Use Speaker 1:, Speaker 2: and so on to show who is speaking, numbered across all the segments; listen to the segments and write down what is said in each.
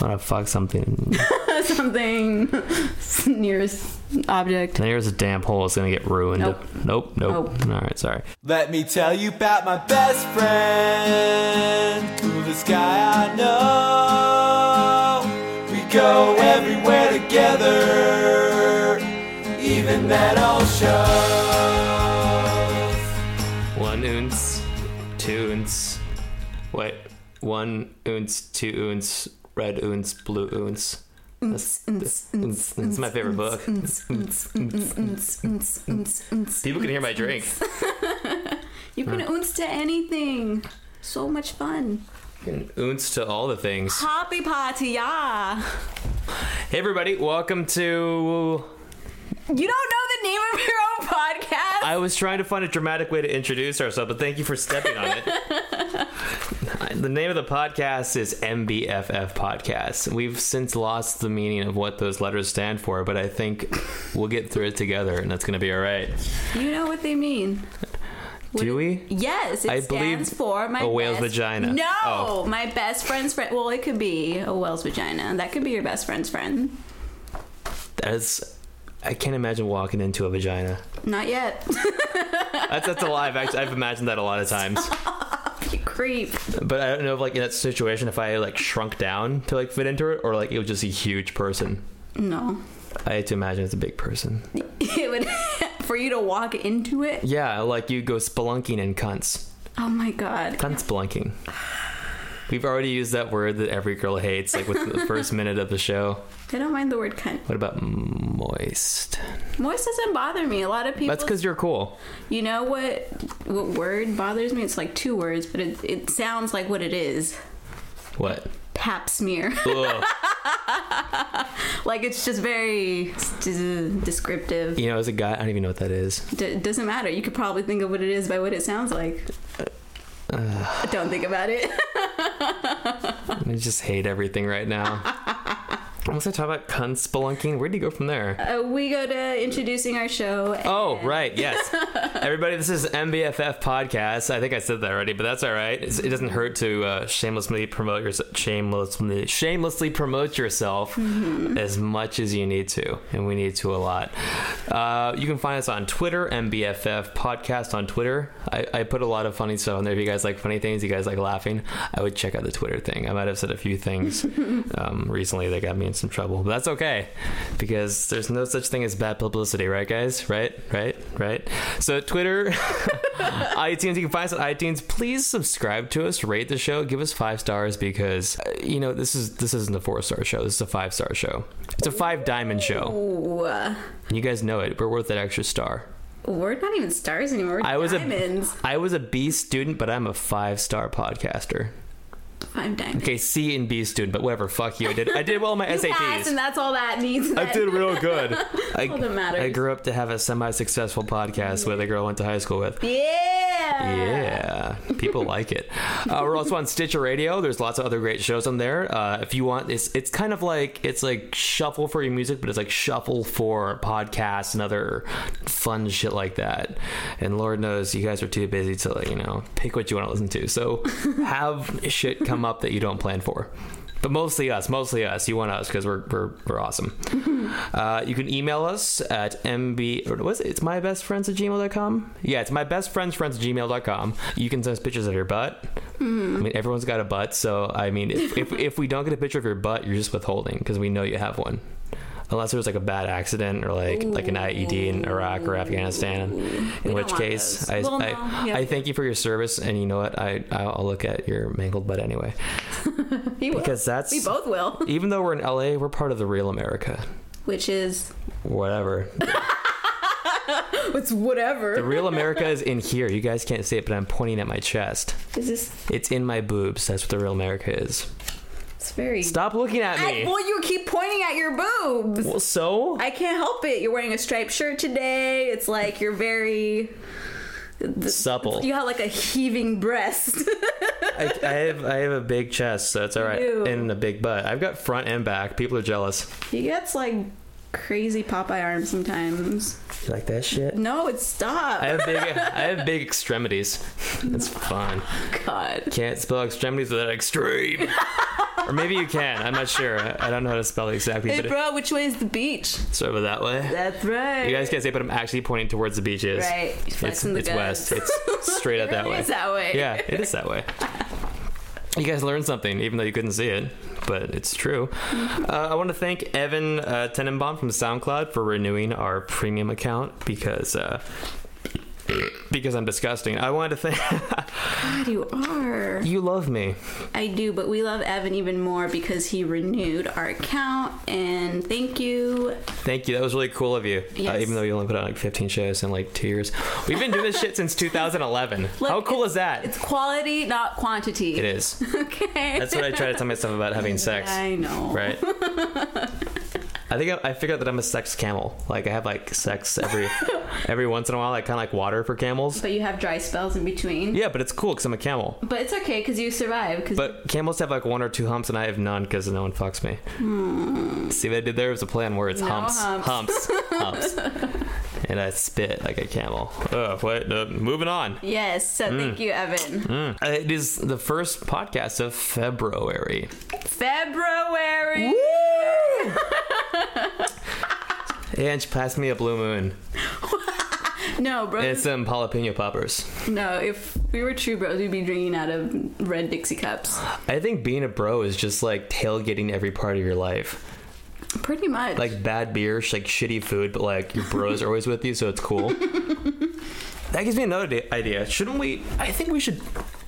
Speaker 1: want to fuck something.
Speaker 2: something nearest object.
Speaker 1: There's a damn hole. It's gonna get ruined.
Speaker 2: Nope.
Speaker 1: Nope. Nope. All right. Sorry.
Speaker 3: Let me tell you about my best friend, coolest guy I know. We go everywhere together, even that old shows.
Speaker 1: One ounce, two ounce. Wait. One ounce, two ounce, red ounce, blue ounce. That's, that's, that's my favorite book. People can hear my drink.
Speaker 2: You can ounce to anything. So much fun.
Speaker 1: An ounce to all the things.
Speaker 2: Poppy potty, yeah.
Speaker 1: Hey, everybody. Welcome to.
Speaker 2: You don't know the name of your own podcast?
Speaker 1: I was trying to find a dramatic way to introduce ourselves, but thank you for stepping on it. the name of the podcast is MBFF Podcast. We've since lost the meaning of what those letters stand for, but I think we'll get through it together, and that's going to be all right.
Speaker 2: you know what they mean.
Speaker 1: Do we?
Speaker 2: Yes, it
Speaker 1: I believe
Speaker 2: stands for my
Speaker 1: a whale's
Speaker 2: best-
Speaker 1: vagina.
Speaker 2: No,
Speaker 1: Oh.
Speaker 2: my best friend's friend. Well, it could be a whale's vagina. That could be your best friend's friend.
Speaker 1: That's. I can't imagine walking into a vagina.
Speaker 2: Not yet.
Speaker 1: That's that's a lie. I've, act- I've imagined that a lot of times,
Speaker 2: you creep.
Speaker 1: but I don't know if like in that situation if I like shrunk down to like fit into it or like it was just a huge person.
Speaker 2: No,
Speaker 1: I had to imagine it's a big person.
Speaker 2: it would for you to walk into it.
Speaker 1: Yeah, like you go spelunking and cunts.
Speaker 2: Oh my god.
Speaker 1: Cunt spelunking. We've already used that word that every girl hates, like with the first minute of the show.
Speaker 2: I don't mind the word cunt.
Speaker 1: What about moist?
Speaker 2: Moist doesn't bother me. A lot of people.
Speaker 1: That's because you're cool.
Speaker 2: you know what? What word bothers me? It's like two words, but it it sounds like what it is.
Speaker 1: What?
Speaker 2: Pap smear.
Speaker 1: Ugh.
Speaker 2: like it's just very s- descriptive.
Speaker 1: you know, as a guy, I don't even know what that is.
Speaker 2: D- doesn't matter. You could probably think of what it is by what it sounds like.
Speaker 1: Uh,
Speaker 2: Don't think about it.
Speaker 1: I just hate everything right now. Once I talk about cunt spelunking, where do you go from there?
Speaker 2: Uh, we go to introducing our show.
Speaker 1: Oh, right, yes. Everybody, this is MBFF Podcast. I think I said that already, but that's all right. It's- It doesn't hurt to uh, shamelessly promote yourself, shamelessly, shamelessly promote yourself as much as you need to, and we need to a lot. Uh, you can find us on Twitter, MBFF Podcast on Twitter. I, I put a lot of funny stuff on there. If you guys like funny things, you guys like laughing, I would check out the Twitter thing. I might have said a few things um, recently that got me in some trouble, but that's okay because there's no such thing as bad publicity, right, guys? Right, right, right. So Twitter. iTunes. You can find us on iTunes. Please subscribe to us, rate the show, give us five stars because uh, you know this is this isn't a four star show. This is a five star show. It's a five diamond show.
Speaker 2: Ooh, uh,
Speaker 1: You guys know it. We're worth that extra star.
Speaker 2: we're not even stars anymore. We're
Speaker 1: I was
Speaker 2: diamonds.
Speaker 1: a I was a B student, but I'm a five star podcaster.
Speaker 2: I'm diamonds.
Speaker 1: Okay, C and B student, but whatever. Fuck you. I did I did well on my
Speaker 2: You passed, and
Speaker 1: SATs.
Speaker 2: that's all that needs.
Speaker 1: I did real good. I,
Speaker 2: All that matters.
Speaker 1: I grew up to have a semi-successful podcast with a girl I went to high school with.
Speaker 2: Yeah.
Speaker 1: Yeah, people like it. Uh, we're also on Stitcher Radio. There's lots of other great shows on there. Uh, if you want, it's it's kind of like it's like shuffle for your music, but it's like shuffle for podcasts and other fun shit like that. And Lord knows you guys are too busy to like, you know pick what you want to listen to. So have shit come up that you don't plan for. But mostly us, mostly us. You want us because we're, we're, we're awesome. Uh, you can email us at mb or what is it? It's my best friends at gmail.com. Yeah, it's my best friends friends at gmail.com. You can send us pictures of your butt.
Speaker 2: Mm-hmm.
Speaker 1: I mean, everyone's got a butt, so I mean, if, if, if we don't get a picture of your butt, you're just withholding because we know you have one. Unless there was like a bad accident or like like an IED in Iraq or Afghanistan, in
Speaker 2: don't
Speaker 1: which
Speaker 2: want
Speaker 1: case
Speaker 2: those.
Speaker 1: I,
Speaker 2: Well,
Speaker 1: I,
Speaker 2: no, yeah.
Speaker 1: I thank you for your service, and you know what I I'll look at your mangled butt anyway
Speaker 2: He will.
Speaker 1: because that's
Speaker 2: we both will.
Speaker 1: even though we're in LA, we're part of the real America.
Speaker 2: Which is
Speaker 1: Whatever.
Speaker 2: it's whatever.
Speaker 1: The real America is in here. You guys can't see it, but I'm pointing at my chest.
Speaker 2: is this?
Speaker 1: It's in my boobs. That's what the real America is.
Speaker 2: It's very.
Speaker 1: Stop looking at
Speaker 2: I,
Speaker 1: me.
Speaker 2: well, you keep pointing at your boobs.
Speaker 1: Well, so
Speaker 2: I can't help it. You're wearing a striped shirt today. It's like you're very.
Speaker 1: supple.
Speaker 2: You have like a heaving breast.
Speaker 1: I, I have I have a big chest, so it's all right,
Speaker 2: You do.
Speaker 1: and a big butt. I've got front and back. People are jealous.
Speaker 2: he gets like crazy Popeye arms sometimes.
Speaker 1: You like that shit?
Speaker 2: No, it's stop.
Speaker 1: I have big I have big extremities. It's fun.
Speaker 2: God.
Speaker 1: Can't spell extremities without extreme. or maybe you can. I'm not sure. I I don't know how to spell it exactly,
Speaker 2: Hey,
Speaker 1: but it,
Speaker 2: bro, which way is the beach?
Speaker 1: it's over that way.
Speaker 2: That's right.
Speaker 1: You guys can't say, but I'm actually pointing towards the beaches.
Speaker 2: Right. He's
Speaker 1: It's,
Speaker 2: flexing the
Speaker 1: it's
Speaker 2: guns.
Speaker 1: west. It's straight out that
Speaker 4: It
Speaker 1: way.
Speaker 4: is that way.
Speaker 1: Yeah, it is that way. You guys learned something, even though you couldn't see it, but it's true. Uh, I want to thank Evan uh, Tenenbaum from SoundCloud for renewing our premium account because uh, because I'm disgusting. I wanted to thank
Speaker 4: God, you are.
Speaker 1: you. Love me.
Speaker 4: I do, but we love Evan even more because he renewed our account. And thank you.
Speaker 1: Thank you. That was really cool of you. Uh,
Speaker 4: Yes.
Speaker 1: even though you only put out like 15 shows in like two years, we've been doing this shit since 2011.
Speaker 2: Look,
Speaker 1: How cool
Speaker 2: it's-
Speaker 1: is that?
Speaker 2: It's quality, not quantity.
Speaker 1: It is.
Speaker 4: Okay.
Speaker 1: That's what I try to tell myself about having sex.
Speaker 4: I know.
Speaker 1: right? I think I, I figured out that I'm a sex camel. Like I have like sex every every once in a while. I kind of like water for camels.
Speaker 4: But you have dry spells in between.
Speaker 1: Yeah, but it's cool because I'm a camel.
Speaker 4: But it's okay because you survive. Because
Speaker 1: But camels have like one or two humps, and I have none because no one fucks me. See what I did there was a play on words.
Speaker 2: No
Speaker 1: humps, humps, humps, and I spit like a camel. Ugh, what? Uh, moving on.
Speaker 2: Yes, so thank you, Evan.
Speaker 1: Mm. Uh, It is the first podcast of February.
Speaker 2: February.
Speaker 1: And she passed me a blue moon
Speaker 2: No, bro.
Speaker 1: and some jalapeno poppers.
Speaker 2: no, if we were true bros, we'd be drinking out of red Dixie cups.
Speaker 1: I think being a bro is just like tailgating every part of your life.
Speaker 2: Pretty much.
Speaker 1: Like bad beer, sh- like shitty food, but like your bros are always with you, so it's cool. that gives me another da- idea. Shouldn't we? I think we should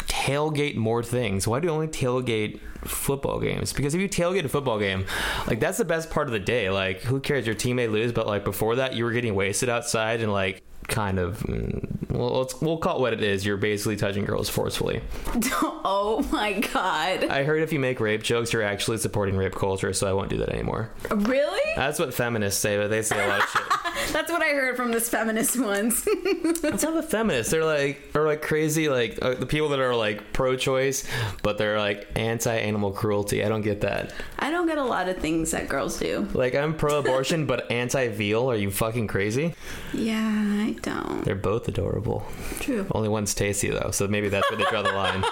Speaker 1: tailgate more things. Why do you only tailgate football games? Because if you tailgate a football game, like that's the best part of the day. Like who cares? Your team may lose, but like before that, you were getting wasted outside and like kind of. mm, Well, let's, we'll call it what it is. You're basically touching girls forcefully.
Speaker 2: oh my god.
Speaker 1: I heard if you make rape jokes, you're actually supporting rape culture, so I won't do that anymore.
Speaker 2: Really?
Speaker 1: That's what feminists say, but they say a lot of shit.
Speaker 2: That's what I heard from this feminist once.
Speaker 1: It's not the feminists. They're like, are like crazy, like uh, the people that are like pro-choice, but they're like anti-animal cruelty. I don't get that.
Speaker 2: I don't get a lot of things that girls do.
Speaker 1: Like I'm pro-abortion, but anti-veal. Are you fucking crazy?
Speaker 2: Yeah, I don't.
Speaker 1: They're both adorable.
Speaker 2: True.
Speaker 1: Only one's tasty though, so maybe that's where they draw the line.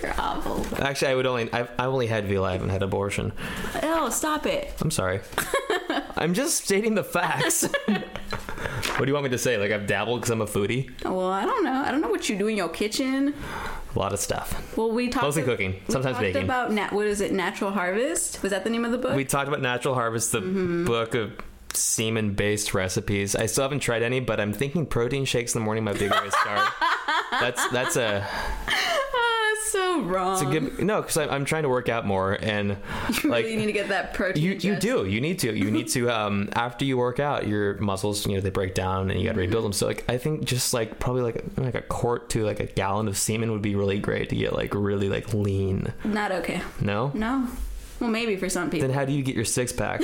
Speaker 2: You're awful.
Speaker 1: Actually, I would only, I've, I've only had veal. I haven't had abortion.
Speaker 2: Oh, stop it.
Speaker 1: I'm sorry. I'm just stating the facts. what do you want me to say? Like I've dabbled because I'm a foodie.
Speaker 2: Well, I don't know. I don't know what you do in your kitchen.
Speaker 1: A lot of stuff.
Speaker 2: Well, we talked
Speaker 1: Mostly cooking,
Speaker 2: we
Speaker 1: sometimes
Speaker 2: talked
Speaker 1: baking.
Speaker 2: About nat- what is it? Natural Harvest was that the name of the book?
Speaker 1: We talked about Natural Harvest, the book of semen based recipes. I still haven't tried any, but I'm thinking protein shakes in the morning might be a great start. that's that's a,
Speaker 2: That's so wrong.
Speaker 1: it's a good no because I'm, I'm trying to work out more and
Speaker 2: you
Speaker 1: like.
Speaker 2: really need to get that protein.
Speaker 1: you, you
Speaker 2: just-
Speaker 1: do you need to you need to um after you work out your muscles you know they break down and you got to rebuild them so like i think just like probably like like a quart to like a gallon of semen would be really great to get like really like lean
Speaker 2: Not okay.
Speaker 1: no
Speaker 2: No. Well, maybe for some people.
Speaker 1: then how do you get your six pack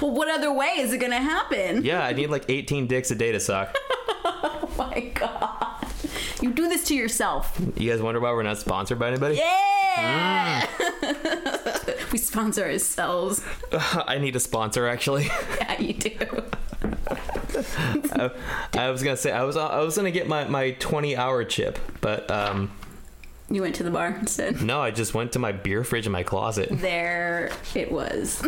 Speaker 2: well, what other way is it gonna happen?
Speaker 1: yeah i need like 18 dicks a day to suck
Speaker 2: Oh my god. You do this to yourself.
Speaker 1: You guys wonder why we're not sponsored by anybody?
Speaker 2: Yeah. we sponsor ourselves.
Speaker 1: I need a sponsor actually.
Speaker 2: Yeah, you do.
Speaker 1: I was gonna say I was I was gonna get my my twenty hour chip, but um
Speaker 2: You went to the bar instead.
Speaker 1: no, I just went to my beer fridge in my closet.
Speaker 2: There it was.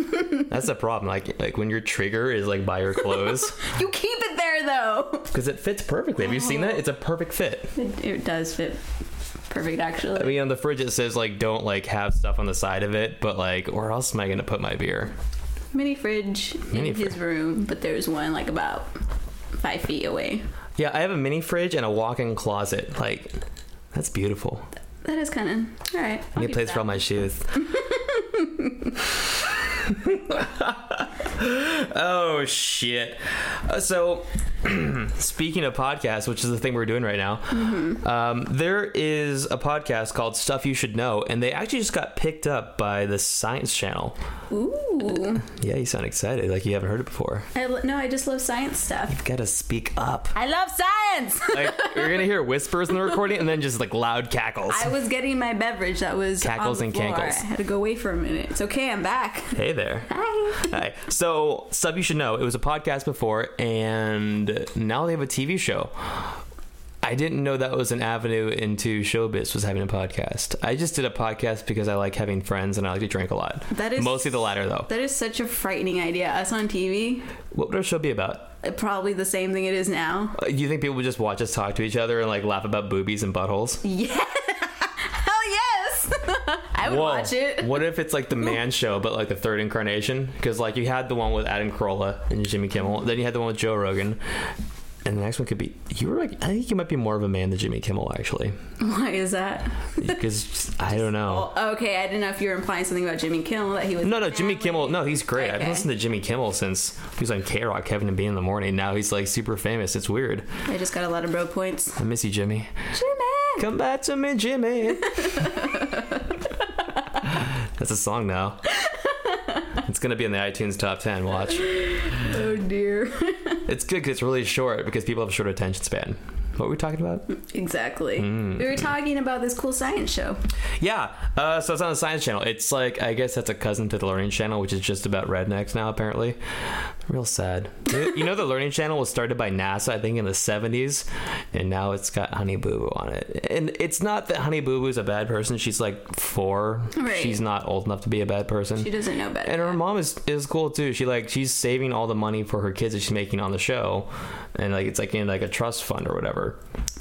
Speaker 1: That's the problem. Like like when your trigger is like by your clothes,
Speaker 2: You keep it there though.
Speaker 1: because it fits perfectly. Have you seen that? It's a perfect fit.
Speaker 2: It, it does fit perfect, actually.
Speaker 1: I mean, on the fridge it says like don't like have stuff on the side of it, but like where else am I gonna put my beer?
Speaker 2: Mini fridge
Speaker 1: Mini
Speaker 2: in
Speaker 1: fridge.
Speaker 2: his room, but there's one like about five feet away.
Speaker 1: Yeah, I have a mini fridge and a walk-in closet. Like that's beautiful.
Speaker 2: That is kind of all right. I'll
Speaker 1: New
Speaker 2: keep
Speaker 1: place
Speaker 2: that.
Speaker 1: for all my shoes. oh shit! Uh, so, speaking of podcasts, which is the thing we're doing right now,
Speaker 2: Mm-hmm.
Speaker 1: um, there is a podcast called "Stuff You Should Know," and they actually just got picked up by the Science Channel.
Speaker 2: Ooh.
Speaker 1: Yeah, you sound excited, like you haven't heard it before.
Speaker 2: I lo- no, I just love science stuff.
Speaker 1: Gotta speak up.
Speaker 2: I love science.
Speaker 1: Like you're gonna hear whispers in the recording, and then just like loud cackles.
Speaker 2: I was getting my beverage that was
Speaker 1: Cackles
Speaker 2: on the
Speaker 1: and
Speaker 2: floor.
Speaker 1: cankles.
Speaker 2: I had to go away for a minute. It's okay. I'm back.
Speaker 1: hey there.
Speaker 2: Hi.
Speaker 1: Hi. So, stuff you should know. It was a podcast before, and now they have a TV show. I didn't know that was an avenue into showbiz was having a podcast. I just did a podcast because I like having friends and I like to drink a lot.
Speaker 2: That is-
Speaker 1: mostly the latter though.
Speaker 2: That is such a frightening idea. Us on TV,
Speaker 1: what would our show be about?
Speaker 2: uh, probably the same thing it is now.
Speaker 1: Uh, You think people would just watch us talk to each other and like laugh about boobies and buttholes?
Speaker 2: Yeah. Hell yes. I would watch it.
Speaker 1: What if it's like the man show, but like the third incarnation? Because like you had the one with Adam Carolla and Jimmy Kimmel, then you had the one with Joe Rogan, and the next one could be you were like I think you might be more of a man than Jimmy Kimmel actually,
Speaker 2: Why is that?
Speaker 1: because I don't know.
Speaker 2: Well, okay, I didn't know if you were implying something about Jimmy Kimmel that he was.
Speaker 1: Oh. No, no, Jimmy Kimmel. No, he's great. I've
Speaker 2: Okay.
Speaker 1: listened to Jimmy Kimmel since he was on K Rock, Kevin and Bean in the morning. Now he's like super famous. It's weird.
Speaker 2: I just got a lot of bro points.
Speaker 1: I miss you, Jimmy.
Speaker 2: Jimmy.
Speaker 1: Come back to me, Jimmy. That's a song now. It's gonna be in the iTunes top ten. Watch.
Speaker 2: Oh dear.
Speaker 1: It's good because it's really short because people have a short attention span. What were we talking about?
Speaker 2: exactly.
Speaker 1: Hmm.
Speaker 2: We were talking about this cool science show.
Speaker 1: Yeah, uh, so it's on the Science Channel. It's like I guess that's a cousin to the Learning Channel, which is just about rednecks now. Apparently, real sad. you you know, the Learning Channel was started by NASA, I think, in the seventies, and now it's got Honey Boo Boo on it. And it's not that Honey Boo Boo's a bad person. She's like four.
Speaker 2: Right.
Speaker 1: She's not old enough to be a bad person.
Speaker 2: She doesn't know better.
Speaker 1: and her mom is, is cool too. She like she's saving all the money for her kids that she's making on the show, and like it's like in like a trust fund or whatever.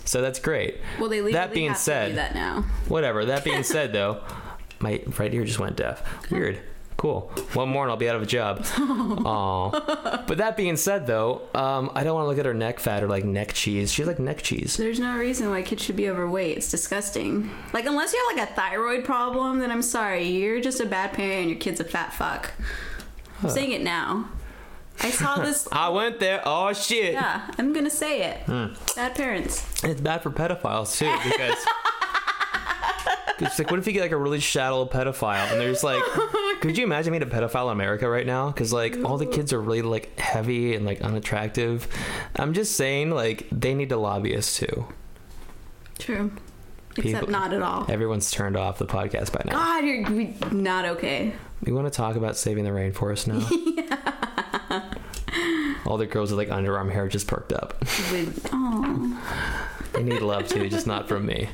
Speaker 1: So that's great.
Speaker 2: well, they legally
Speaker 1: that being
Speaker 2: have
Speaker 1: said,
Speaker 2: to do that now.
Speaker 1: Whatever. That being said, though, my right ear just went deaf. Weird. Cool. One more and I'll be out of a job. Oh. But that being said, though, um, I don't want to look at her neck fat or like neck cheese. She's like neck cheese.
Speaker 2: There's no reason why kids should be overweight. It's disgusting. Like unless you have like a thyroid problem, then I'm sorry, you're just a bad parent and your kid's a fat fuck. I'm saying it now. I saw this.
Speaker 1: I went there. Oh shit.
Speaker 2: yeah, I'm gonna say it.
Speaker 1: Hmm.
Speaker 2: Bad parents.
Speaker 1: It's bad for pedophiles too because. 'cause It's like, what if you get like a really shallow pedophile, and there's like, could you imagine being a pedophile in America right now? Because like all the kids are really like heavy and like unattractive. I'm just saying, like they need to lobby us too.
Speaker 2: True. Except
Speaker 1: People-
Speaker 2: not at all.
Speaker 1: Everyone's turned off the podcast by now.
Speaker 2: God, you're we- not okay.
Speaker 1: We want to talk about saving the rainforest now. All the girls with like underarm hair just perked up.
Speaker 2: With, oh,
Speaker 1: They need love too, just not from me.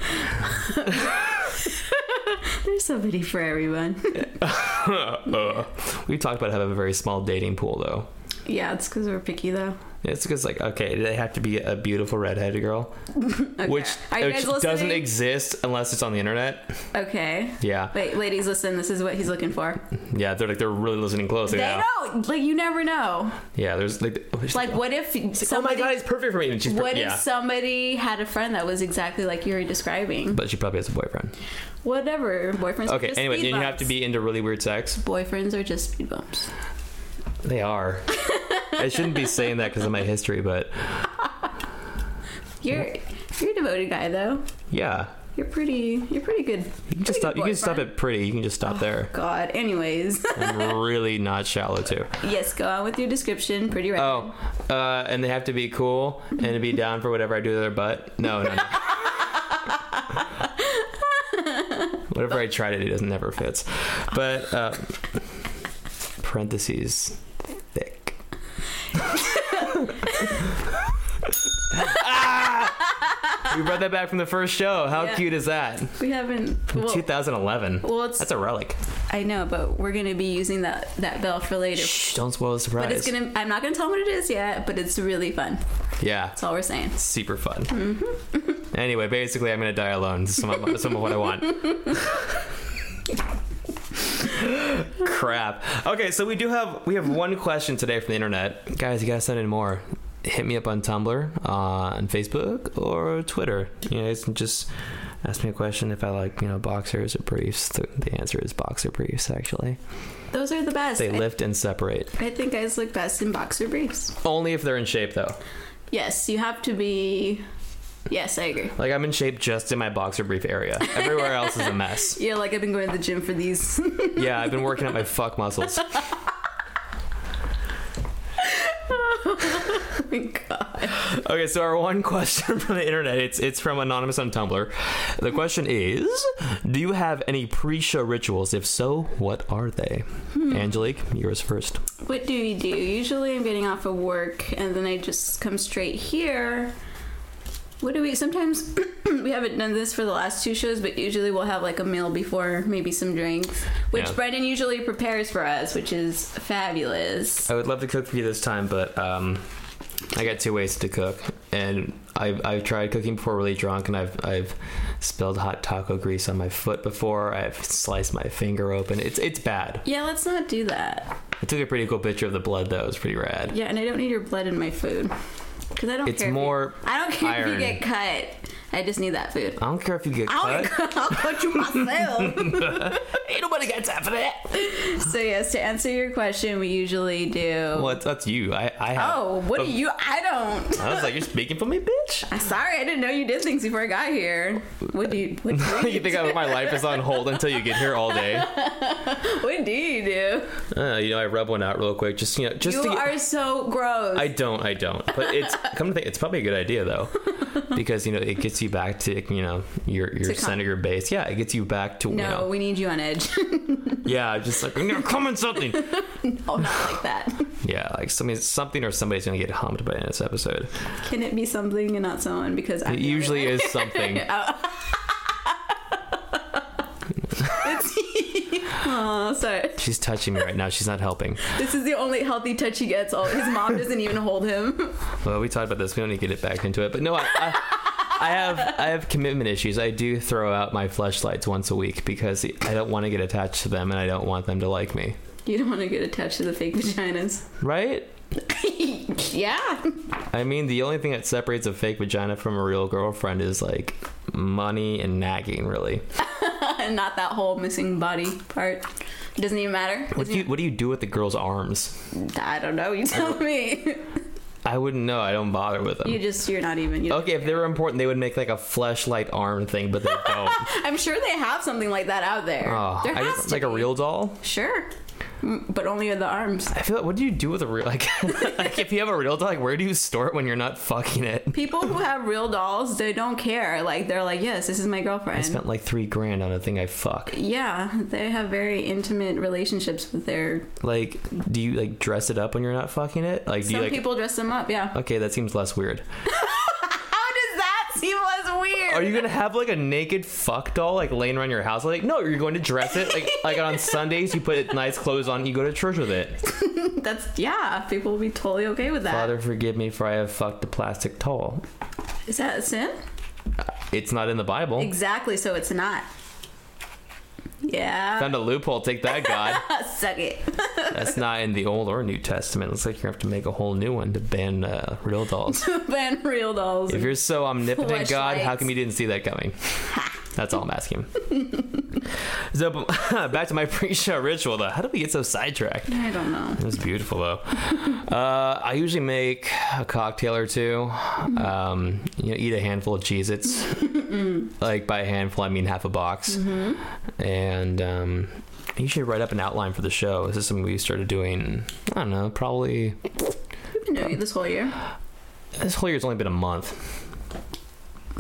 Speaker 2: there's somebody for everyone.
Speaker 1: Uh, we talked about having a very small dating pool though.
Speaker 2: yeah, it's because we're picky though.
Speaker 1: It's because like okay, they have to be a beautiful redheaded girl,
Speaker 2: Okay.
Speaker 1: which,
Speaker 2: Are you
Speaker 1: which
Speaker 2: guys
Speaker 1: doesn't
Speaker 2: listening?
Speaker 1: exist unless it's on the internet.
Speaker 2: okay.
Speaker 1: Yeah,
Speaker 2: Wait, ladies, listen. This is what he's looking for.
Speaker 1: yeah, they're like they're really listening closely
Speaker 2: They
Speaker 1: now.
Speaker 2: don't like you never know.
Speaker 1: Yeah, there's like,
Speaker 2: Like, what if somebody?
Speaker 1: oh my god, it's perfect for me. And she's per-
Speaker 2: What
Speaker 1: yeah.
Speaker 2: if somebody had a friend that was exactly like you were describing?
Speaker 1: but she probably has a boyfriend.
Speaker 2: Whatever, boyfriends. are
Speaker 1: Okay,
Speaker 2: just
Speaker 1: anyway,
Speaker 2: speed
Speaker 1: then you have
Speaker 2: bumps.
Speaker 1: to be into really weird sex.
Speaker 2: Boyfriends are just speed bumps.
Speaker 1: They are. I shouldn't be saying that because of my history, but Mm-hmm.
Speaker 2: You're you're a devoted guy though.
Speaker 1: yeah,
Speaker 2: You're pretty. You're pretty good.
Speaker 1: you can just stop. You can stop at pretty. You can just
Speaker 2: Oh.
Speaker 1: stop there.
Speaker 2: God. Anyways,
Speaker 1: I'm really not shallow too.
Speaker 2: yes. Go on with your description. Pretty right.
Speaker 1: Oh, uh, and they have to be cool and be down for whatever I do to their butt. No, no. no. Whatever I try to do doesn't never fits. But uh, parentheses thick. ah! We brought that back from the first show. How
Speaker 2: Yeah.
Speaker 1: cute is that?
Speaker 2: We haven't. Well,
Speaker 1: 2011.
Speaker 2: well, it's-
Speaker 1: that's a relic.
Speaker 2: I know, but we're gonna be using that that bell for later.
Speaker 1: Shh, don't spoil the surprise.
Speaker 2: But it's gonna. I'm not gonna tell them what it is yet. But it's really fun.
Speaker 1: yeah,
Speaker 2: That's all we're saying.
Speaker 1: super fun. anyway, basically, I'm gonna die alone. This is some of, some of what I want. Crap. Okay, so we do have we have one question today from the internet, guys. You gotta send in more. Hit me up on Tumblr, uh, on Facebook, or Twitter. You guys can just ask me a question if I like you know boxers or briefs. The, the answer is boxer briefs. Actually,
Speaker 2: Those are the best.
Speaker 1: they
Speaker 2: I-
Speaker 1: lift and separate
Speaker 2: I think guys look best in boxer briefs.
Speaker 1: only if they're in shape though.
Speaker 2: Yes, you have to be. Yes, I agree.
Speaker 1: Like I'm in shape just in my boxer brief area. Everywhere else is a mess.
Speaker 2: Yeah, like I've been going to the gym for these.
Speaker 1: Yeah, I've been working out my fuck muscles.
Speaker 2: oh my god.
Speaker 1: Okay, so our one question from the internet, it's it's from anonymous on Tumblr. The question is, do you have any pre-show rituals? If so, what are they? Angelique, yours first.
Speaker 2: What do we do? Usually I'm getting off of work and then I just come straight here. What do we sometimes we haven't done this for the last two shows, but usually we'll have like a meal before, maybe some drinks, which
Speaker 1: Yeah.
Speaker 2: Brendan usually prepares for us, which is fabulous.
Speaker 1: I would love to cook for you this time, but um, I got two ways to cook, and I've, I've tried cooking before really drunk, and I've I've spilled hot taco grease on my foot before. I've sliced my finger open. It's it's bad.
Speaker 2: Yeah, let's not do that.
Speaker 1: I took a pretty cool picture of the blood though. It was pretty rad.
Speaker 2: Yeah, and I don't need your blood in my food because I don't
Speaker 1: It's
Speaker 2: care. if you-
Speaker 1: more
Speaker 2: I don't care if you
Speaker 1: iron.
Speaker 2: get cut. I just need that food.
Speaker 1: I don't care if you get
Speaker 2: I'll,
Speaker 1: cut.
Speaker 2: I'll cut you myself.
Speaker 1: Ain't nobody got time for that.
Speaker 2: so yes, to answer your question, we usually do.
Speaker 1: Well, that's, that's you. I I have.
Speaker 2: Oh, what do you? I don't.
Speaker 1: I was like, you're speaking for me, bitch.
Speaker 2: I'm sorry, I didn't know you did things before I got here. What do you? What do
Speaker 1: you
Speaker 2: you,
Speaker 1: think I, my life is on hold until you get here all day?
Speaker 2: what do, you do?
Speaker 1: Uh, you know, I rub one out real quick. Just you know, just
Speaker 2: You
Speaker 1: to get,
Speaker 2: are so gross.
Speaker 1: I don't, I don't. But it's come to think, it's probably a good idea though, because you know it gets you back to you know your your
Speaker 2: To con-
Speaker 1: center, your base. Yeah, it gets you back to
Speaker 2: no,
Speaker 1: you know,
Speaker 2: we need you on edge.
Speaker 1: yeah. I'm Just like I'm gonna come in something.
Speaker 2: oh, not like that.
Speaker 1: yeah, like something, something or somebody's gonna get humped by this episode.
Speaker 2: Can it be something and not someone? Because I
Speaker 1: It usually is something.
Speaker 2: Oh, sorry.
Speaker 1: She's touching me right now. She's not helping.
Speaker 2: This is the only healthy touch he gets. All his mom doesn't even hold him.
Speaker 1: Well, we talked about this. We don't need to get it back into it. But no, I, I, I have I have commitment issues. I do throw out my fleshlights once a week because I don't want to get attached to them and I don't want them to like me.
Speaker 2: You don't want to get attached to the fake vaginas.
Speaker 1: Right?
Speaker 2: yeah.
Speaker 1: I mean, the only thing that separates a fake vagina from a real girlfriend is like money and nagging. Really,
Speaker 2: And not that whole missing body part. Doesn't even matter.
Speaker 1: what do you what do you do with the girl's arms?
Speaker 2: I don't know. You tell me.
Speaker 1: I wouldn't know. I don't bother with them.
Speaker 2: You just you're not even. You
Speaker 1: okay, if they were important, they would make like a fleshlight arm thing, but they don't.
Speaker 2: I'm sure they have something like that out there.
Speaker 1: oh,
Speaker 2: there
Speaker 1: I
Speaker 2: has
Speaker 1: just,
Speaker 2: to
Speaker 1: like a
Speaker 2: be.
Speaker 1: real doll.
Speaker 2: Sure, Mm, but only in the arms.
Speaker 1: I feel like what do you do with a real like, like if you have a real doll, like where do you store it when you're not fucking it?
Speaker 2: People who have real dolls, they don't care. Like they're like, yes, this is my
Speaker 1: I
Speaker 2: girlfriend.
Speaker 1: spent like three grand on a thing I fuck.
Speaker 2: yeah, they have very intimate relationships with their.
Speaker 1: Like, do you like dress it up when you're not fucking it? Like, do
Speaker 2: Some
Speaker 1: you like?
Speaker 2: people dress them up. Yeah.
Speaker 1: okay, that seems less weird.
Speaker 2: How does that seem less weird?
Speaker 1: Are you gonna have like a naked fuck doll like laying around your house? Like, no, you're going to dress it like like on Sundays you put nice clothes on, you go to church with it.
Speaker 2: That's yeah. People will be totally okay with that. Is
Speaker 1: Father, forgive me for I have fucked a plastic doll.
Speaker 2: that a sin?
Speaker 1: It's not in the Bible.
Speaker 2: Exactly. So it's not. Yeah. Ah,
Speaker 1: Found a loophole. Take that, God.
Speaker 2: Suck it.
Speaker 1: That's not in the Old or New Testament. Looks like you're gonna have to make a whole new one to ban uh, real dolls.
Speaker 2: Ban real dolls.
Speaker 1: If you're so omnipotent, God, how
Speaker 2: Fleshlights.
Speaker 1: come you didn't see that coming? That's all I'm asking. so b- back to my pre-show ritual, though. How did we get so sidetracked?
Speaker 2: I don't know.
Speaker 1: It was beautiful though. uh, I usually make a cocktail or two. Um, you know, eat a handful of Cheez-Its. like by a handful, I mean half a box. And um, I usually write up an outline for the show. This is something we started doing. I don't know, probably
Speaker 2: We've been doing it this whole year.
Speaker 1: this whole year's only been a month.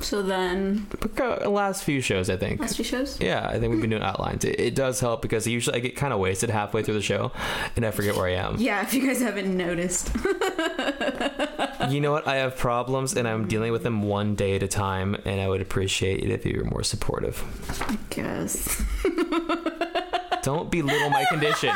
Speaker 2: So then,
Speaker 1: But go- last few shows, I think.
Speaker 2: last few shows.
Speaker 1: Yeah, I think we've been doing outlines. It, it does help because usually I get kind of wasted halfway through the show, and I forget where I am.
Speaker 2: Yeah, if you guys haven't noticed.
Speaker 1: you know what? I have problems, and I'm dealing with them one day at a time. And I would appreciate it if you were more supportive.
Speaker 2: Guess.
Speaker 1: Don't belittle my condition.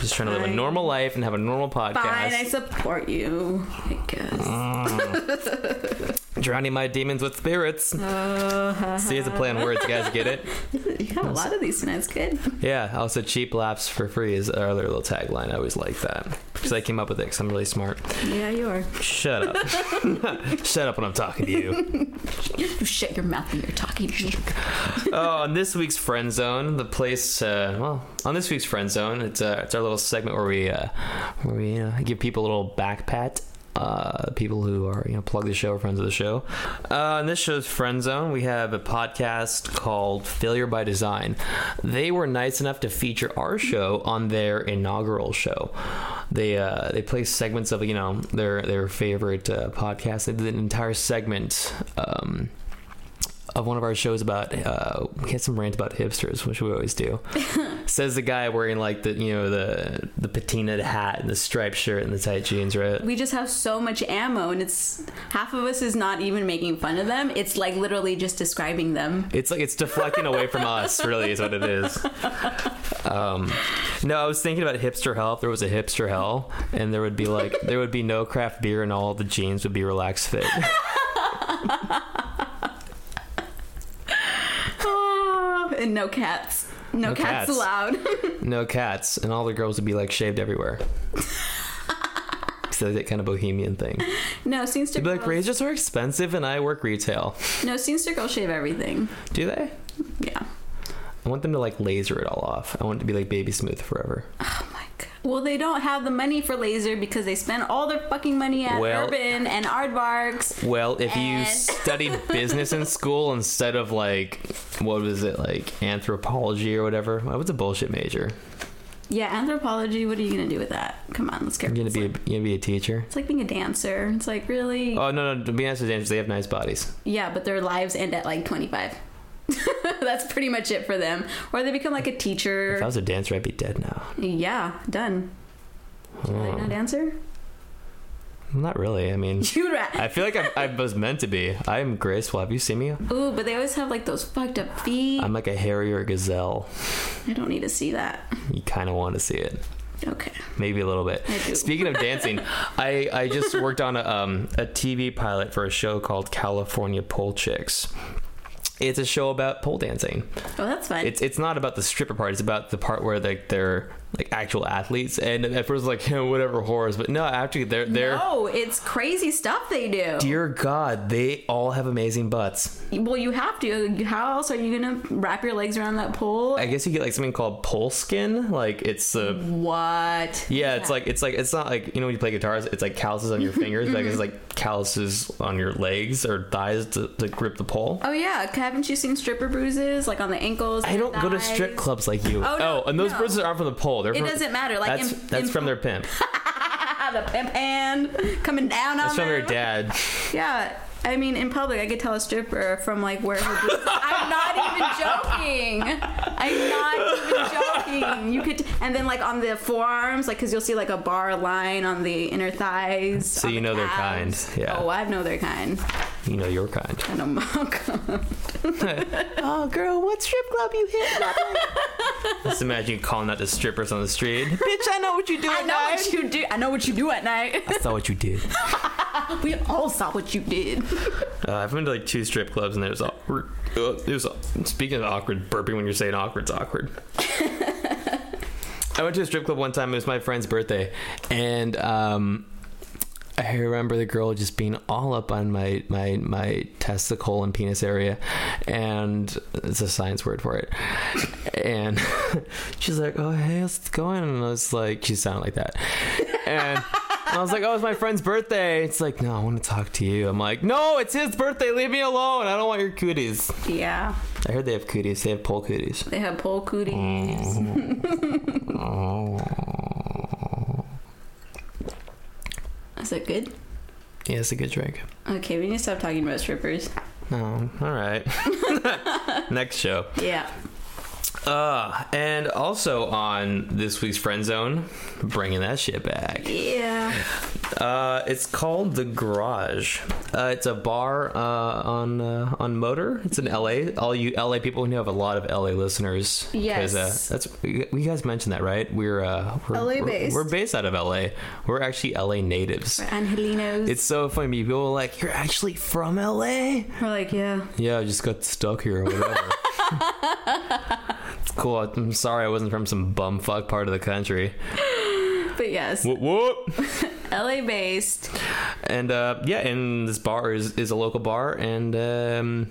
Speaker 1: Just trying to live a
Speaker 2: Fine.
Speaker 1: normal life and have a normal
Speaker 2: Fine, I
Speaker 1: podcast.
Speaker 2: support you. I guess.
Speaker 1: Mm. Drowning my demons with spirits. See, it's a play on words. You guys get it?
Speaker 2: You have a lot of these tonight. It's good.
Speaker 1: Yeah. Also, cheap laughs for free is our other little tagline. I always like that because I came up with it because I'm really smart.
Speaker 2: Yeah, you are.
Speaker 1: Shut up. Shut up when I'm talking to you.
Speaker 2: You shut your mouth when you're talking to me.
Speaker 1: oh, on this week's friend zone, the place. Uh, well, on this week's friend zone, it's uh, it's our little segment where we uh, where we you know, give people a little back pat. Uh, people who are you know plug the show or friends of the show. Uh, on this show's friend zone, we have a podcast called Failure by Design. They were nice enough to feature our show on their inaugural show. They uh, they placed segments of you know their their favorite uh, podcast. They did an entire segment. Um, of one of our shows about uh, we had some rant about hipsters, which we always do. Says the guy wearing like the you know the the patinaed hat and the striped shirt and the tight jeans, right?
Speaker 2: We just have so much ammo, and it's half of us is not even making fun of them. It's like literally just describing them.
Speaker 1: It's like it's deflecting away from us, really, is what it is. Um, no, I was thinking about hipster hell. If there was a hipster hell, and there would be like there would be no craft beer, and all the jeans would be relaxed fit.
Speaker 2: Ah, and no cats. No,
Speaker 1: No
Speaker 2: cats,
Speaker 1: cats.
Speaker 2: allowed.
Speaker 1: No cats, and all the girls would be like shaved everywhere. so that kind of bohemian thing.
Speaker 2: no, Scenester
Speaker 1: They'd be like
Speaker 2: girls.
Speaker 1: razors are expensive, and I work retail.
Speaker 2: No, Scenester girls shave everything.
Speaker 1: Do they?
Speaker 2: Yeah.
Speaker 1: I want them to like laser it all off. I want it to be like baby smooth forever.
Speaker 2: Oh my god. Well, they don't have the money for laser because they spend all their fucking money at
Speaker 1: Well-
Speaker 2: Urban and Aardvarks.
Speaker 1: Well, if you
Speaker 2: And-
Speaker 1: studied business in school instead of like what was it like anthropology or whatever, I was a bullshit major.
Speaker 2: Yeah, anthropology. What are you gonna do with that? Come on, let's get.
Speaker 1: You're gonna be a, you're gonna be a teacher.
Speaker 2: It's like being a dancer. It's like really.
Speaker 1: Oh no no! To be honest with dancers, they have nice bodies.
Speaker 2: Yeah, but their lives end at like 25. That's pretty much it for them. Or they become like a
Speaker 1: If I
Speaker 2: teacher.
Speaker 1: was a dancer, I'd be dead now.
Speaker 2: Yeah, done. Did I
Speaker 1: Oh.
Speaker 2: not answer?
Speaker 1: Not really. I mean,
Speaker 2: You rat.
Speaker 1: I feel like I'm, I was meant to be. I'm graceful. Have you seen me?
Speaker 2: Ooh, but they always have like those fucked up feet.
Speaker 1: I'm like a harrier gazelle.
Speaker 2: I don't need to see that.
Speaker 1: You kind of want to see it.
Speaker 2: Okay.
Speaker 1: maybe a little bit.
Speaker 2: I do.
Speaker 1: Speaking of dancing, I, I just worked on a, um, a TV pilot for a show called California Pole Chicks. It's a show about pole dancing.
Speaker 2: Oh, that's fine.
Speaker 1: It's it's not about the stripper part. It's about the part where like they're like actual athletes. And at first, like you know, whatever horrors, but no, actually they're they're.
Speaker 2: no, it's crazy stuff they do.
Speaker 1: Dear God, they all have amazing butts.
Speaker 2: well, you have to. How else are you gonna wrap your legs around that pole?
Speaker 1: I guess you get like something called pole skin. Like it's a
Speaker 2: Mm-hmm. what?
Speaker 1: Yeah, it's like it's like it's not like you know when you play guitars, it's like calluses on your fingers, but I guess it's like calluses on your legs or thighs to, to grip the pole.
Speaker 2: Oh yeah, haven't you seen stripper bruises like on the ankles?
Speaker 1: I don't go to strip
Speaker 2: thighs?
Speaker 1: clubs like you.
Speaker 2: Oh, no,
Speaker 1: and those
Speaker 2: no.
Speaker 1: bruises aren't from the pole. They're
Speaker 2: It
Speaker 1: from,
Speaker 2: doesn't matter, like,
Speaker 1: that's
Speaker 2: in-
Speaker 1: that's
Speaker 2: in-
Speaker 1: from their pimp.
Speaker 2: Ah, the pimp hand coming down
Speaker 1: That's
Speaker 2: on
Speaker 1: from their
Speaker 2: them.
Speaker 1: dad.
Speaker 2: Yeah, I mean, in public, I could tell a stripper from like where her boobs. I'm not even joking. I'm not even joking. You could, and then like on the forearms, like because you'll see like a bar line on the inner thighs. So
Speaker 1: you know their kind, yeah.
Speaker 2: Oh, I know their kind.
Speaker 1: You know your kind.
Speaker 2: And a monk.
Speaker 1: Oh, girl, what strip club you hit? Just imagine you calling out to strippers on the street. Bitch, I know what you do.
Speaker 2: I know what you do. I know what you do at night.
Speaker 1: I saw what you did.
Speaker 2: we all saw what you did.
Speaker 1: Uh, I've been to like two strip clubs, and there's awkward. Uh, there's speaking of awkward, burping when you're saying awkward's awkward. I went to a strip club one time. It was my friend's birthday, and um, I remember the girl just being all up on my my my testicle and penis area, and it's a science word for it. And she's like, "Oh hey, how's it going?" And I was like, she sounded like that, and. And I was like, oh, it's my friend's birthday. It's like, no, I want to talk to you. I'm like, no, it's his birthday. Leave me alone. I don't want your cooties.
Speaker 2: Yeah,
Speaker 1: I heard they have cooties. They have pole cooties.
Speaker 2: they have pole cooties.
Speaker 1: Mm-hmm.
Speaker 2: Is that good?
Speaker 1: Yeah, it's a good drink.
Speaker 2: Okay, we need to stop talking about strippers.
Speaker 1: Oh, all right. Next show.
Speaker 2: Yeah.
Speaker 1: Uh, and also on this week's Friend Zone, bringing that shit back.
Speaker 2: Yeah.
Speaker 1: Uh, it's called the Garage. Uh, it's a bar uh, on uh, on Motor. It's in LA. All you LA people, we have a lot of LA listeners. 'Cause,
Speaker 2: Yes.
Speaker 1: uh, that's we we guys mentioned that, right? We're, uh, we're
Speaker 2: LA
Speaker 1: we're-
Speaker 2: based.
Speaker 1: We're, based out of LA. We're actually LA natives.
Speaker 2: Angelinos.
Speaker 1: It's so funny. People are like, "You're actually from LA?"
Speaker 2: We're like, yeah.
Speaker 1: Yeah, I just got stuck here or whatever. it's cool. I'm sorry I wasn't from some bumfuck part of the country.
Speaker 2: But yes,
Speaker 1: Whoop whoop.
Speaker 2: LA based.
Speaker 1: and uh, yeah, and this bar is, is a local bar, and um,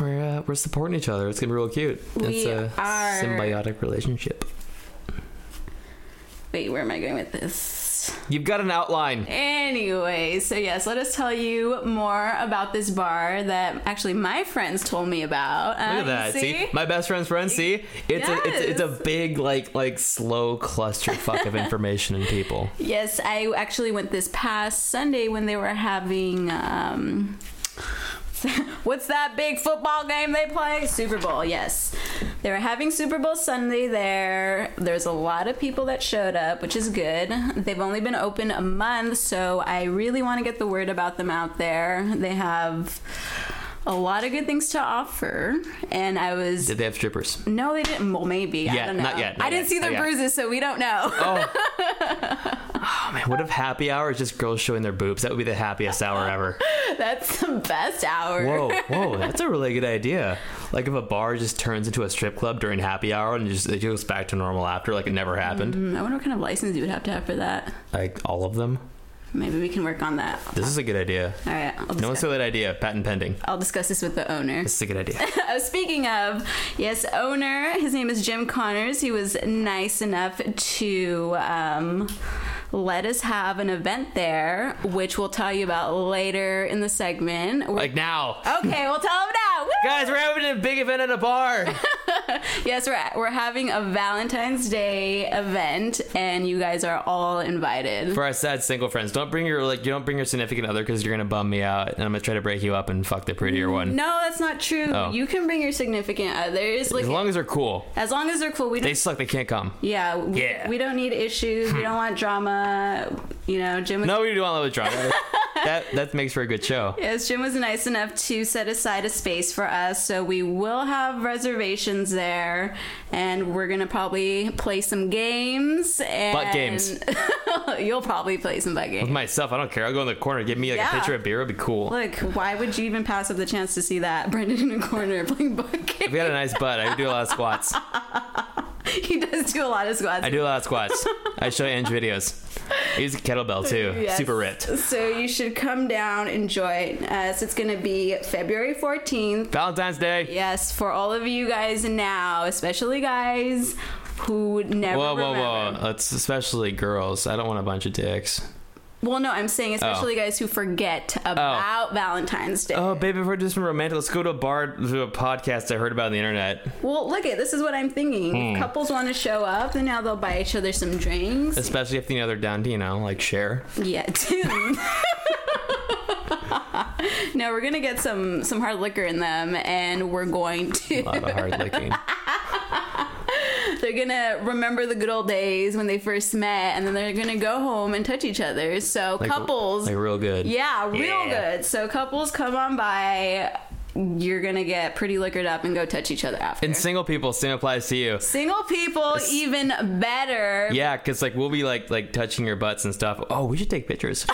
Speaker 1: we're uh, we're supporting each other. It's gonna be real cute. it's
Speaker 2: We
Speaker 1: a
Speaker 2: are-
Speaker 1: symbiotic relationship.
Speaker 2: Wait, where am I going with this?
Speaker 1: You've got an outline.
Speaker 2: Anyway, so yes, let us tell you more about this bar that actually my friends told me about.
Speaker 1: Look
Speaker 2: Um,
Speaker 1: at that. See?
Speaker 2: See?
Speaker 1: my best friend's friend. See, it's a it's, it's a
Speaker 2: Yes.
Speaker 1: big like like slow clusterfuck of information and people.
Speaker 2: yes, I actually went this past Sunday when they were having. Um, what's what's that big football game they play? Super Bowl. Yes, they were having Super Bowl Sunday there. There's a lot of people that showed up, which is good. They've only been open a month, so I really want to get the word about them out there. They have a lot of good things to offer, and I was
Speaker 1: Did they have strippers?
Speaker 2: no, they didn't. Well, maybe
Speaker 1: Yeah,
Speaker 2: I don't know.
Speaker 1: not yet, not
Speaker 2: I didn't
Speaker 1: yet,
Speaker 2: see their
Speaker 1: not yet.
Speaker 2: bruises, so we don't know.
Speaker 1: Oh. Oh, man, what if happy hour is just girls showing their boobs? That would be the happiest hour ever.
Speaker 2: That's the best hour.
Speaker 1: Whoa, whoa, that's a really good idea. Like if a bar just turns into a strip club during happy hour and just it goes back to normal after, like it never happened.
Speaker 2: Hmm, I wonder what kind of license you would have to have for that.
Speaker 1: Like all of them.
Speaker 2: Maybe we can work on that.
Speaker 1: This is a good idea.
Speaker 2: All right,
Speaker 1: No
Speaker 2: I'll
Speaker 1: one
Speaker 2: discuss,
Speaker 1: stole that idea. Patent pending.
Speaker 2: I'll discuss this with the owner.
Speaker 1: This is a good idea.
Speaker 2: Uh, speaking of, yes, owner, his name is Jim Connors. He was nice enough to um, let us have an event there, which we'll tell you about later in the segment. We're-
Speaker 1: Like now.
Speaker 2: okay, we'll tell him now. Woo!
Speaker 1: Guys, we're having a big event at a bar.
Speaker 2: Yes, we're, we're having a Valentine's Day event, and you guys are all invited.
Speaker 1: For our sad single friends, don't bring your like you don't bring your significant other because you're gonna bum me out and I'm gonna try to break you up and fuck the prettier one.
Speaker 2: no, that's not true.
Speaker 1: Oh.
Speaker 2: You can bring your significant others. Like,
Speaker 1: As long as they're cool.
Speaker 2: as they're cool, we don't
Speaker 1: They suck, they can't come.
Speaker 2: Yeah, we,
Speaker 1: Yeah.
Speaker 2: we don't need issues. we don't want drama. You know, Jim. Was,
Speaker 1: No, we do all love drama. that that makes for a good show.
Speaker 2: Yes, Jim was nice enough to set aside a space for us, so we will have reservations there, and we're gonna probably play some games. And
Speaker 1: Butt games.
Speaker 2: You'll probably play some butt games.
Speaker 1: Myself, I don't care. I'll go in the corner, get me like
Speaker 2: Yeah.
Speaker 1: a pitcher of beer. It'd be cool.
Speaker 2: Look, why would you even pass up the chance to see that Brendan in a corner playing butt
Speaker 1: If you
Speaker 2: games?
Speaker 1: had a nice butt, I would do a lot of squats.
Speaker 2: He does do a lot of squats.
Speaker 1: I do a lot of squats. I show Ange videos. I use a kettlebell too.
Speaker 2: Yes.
Speaker 1: Super ripped.
Speaker 2: So you should come down, enjoy it. Uh, so it's gonna be February fourteenth.
Speaker 1: Valentine's Day.
Speaker 2: Yes, for all of you guys now, especially guys who would never
Speaker 1: Whoa, whoa, whoa.
Speaker 2: remember.
Speaker 1: That's especially girls. I don't want a bunch of dicks.
Speaker 2: Well, no, I'm saying especially guys who forget about Valentine's Day.
Speaker 1: Oh, baby, if we're just romantic, let's go to a bar to a podcast I heard about on the internet.
Speaker 2: Well, look at this is what I'm thinking.
Speaker 1: Hmm.
Speaker 2: If couples want to show up, and now they'll buy each other some drinks.
Speaker 1: Especially if you know they're down to, you know, like share.
Speaker 2: yeah, dude. no, we're gonna get some some hard liquor in them, and we're going to.
Speaker 1: A lot of hard licking.
Speaker 2: They're gonna remember the good old days when they first met, and then they're gonna go home and touch each other. So
Speaker 1: Like,
Speaker 2: couples,
Speaker 1: Like real good.
Speaker 2: Yeah, real
Speaker 1: Yeah.
Speaker 2: good. So couples come on by. You're gonna get pretty liquored up and go touch each other after.
Speaker 1: And single people, same applies to you.
Speaker 2: Single people even better.
Speaker 1: Yeah, because like we'll be like like touching your butts and stuff. Oh, we should take pictures.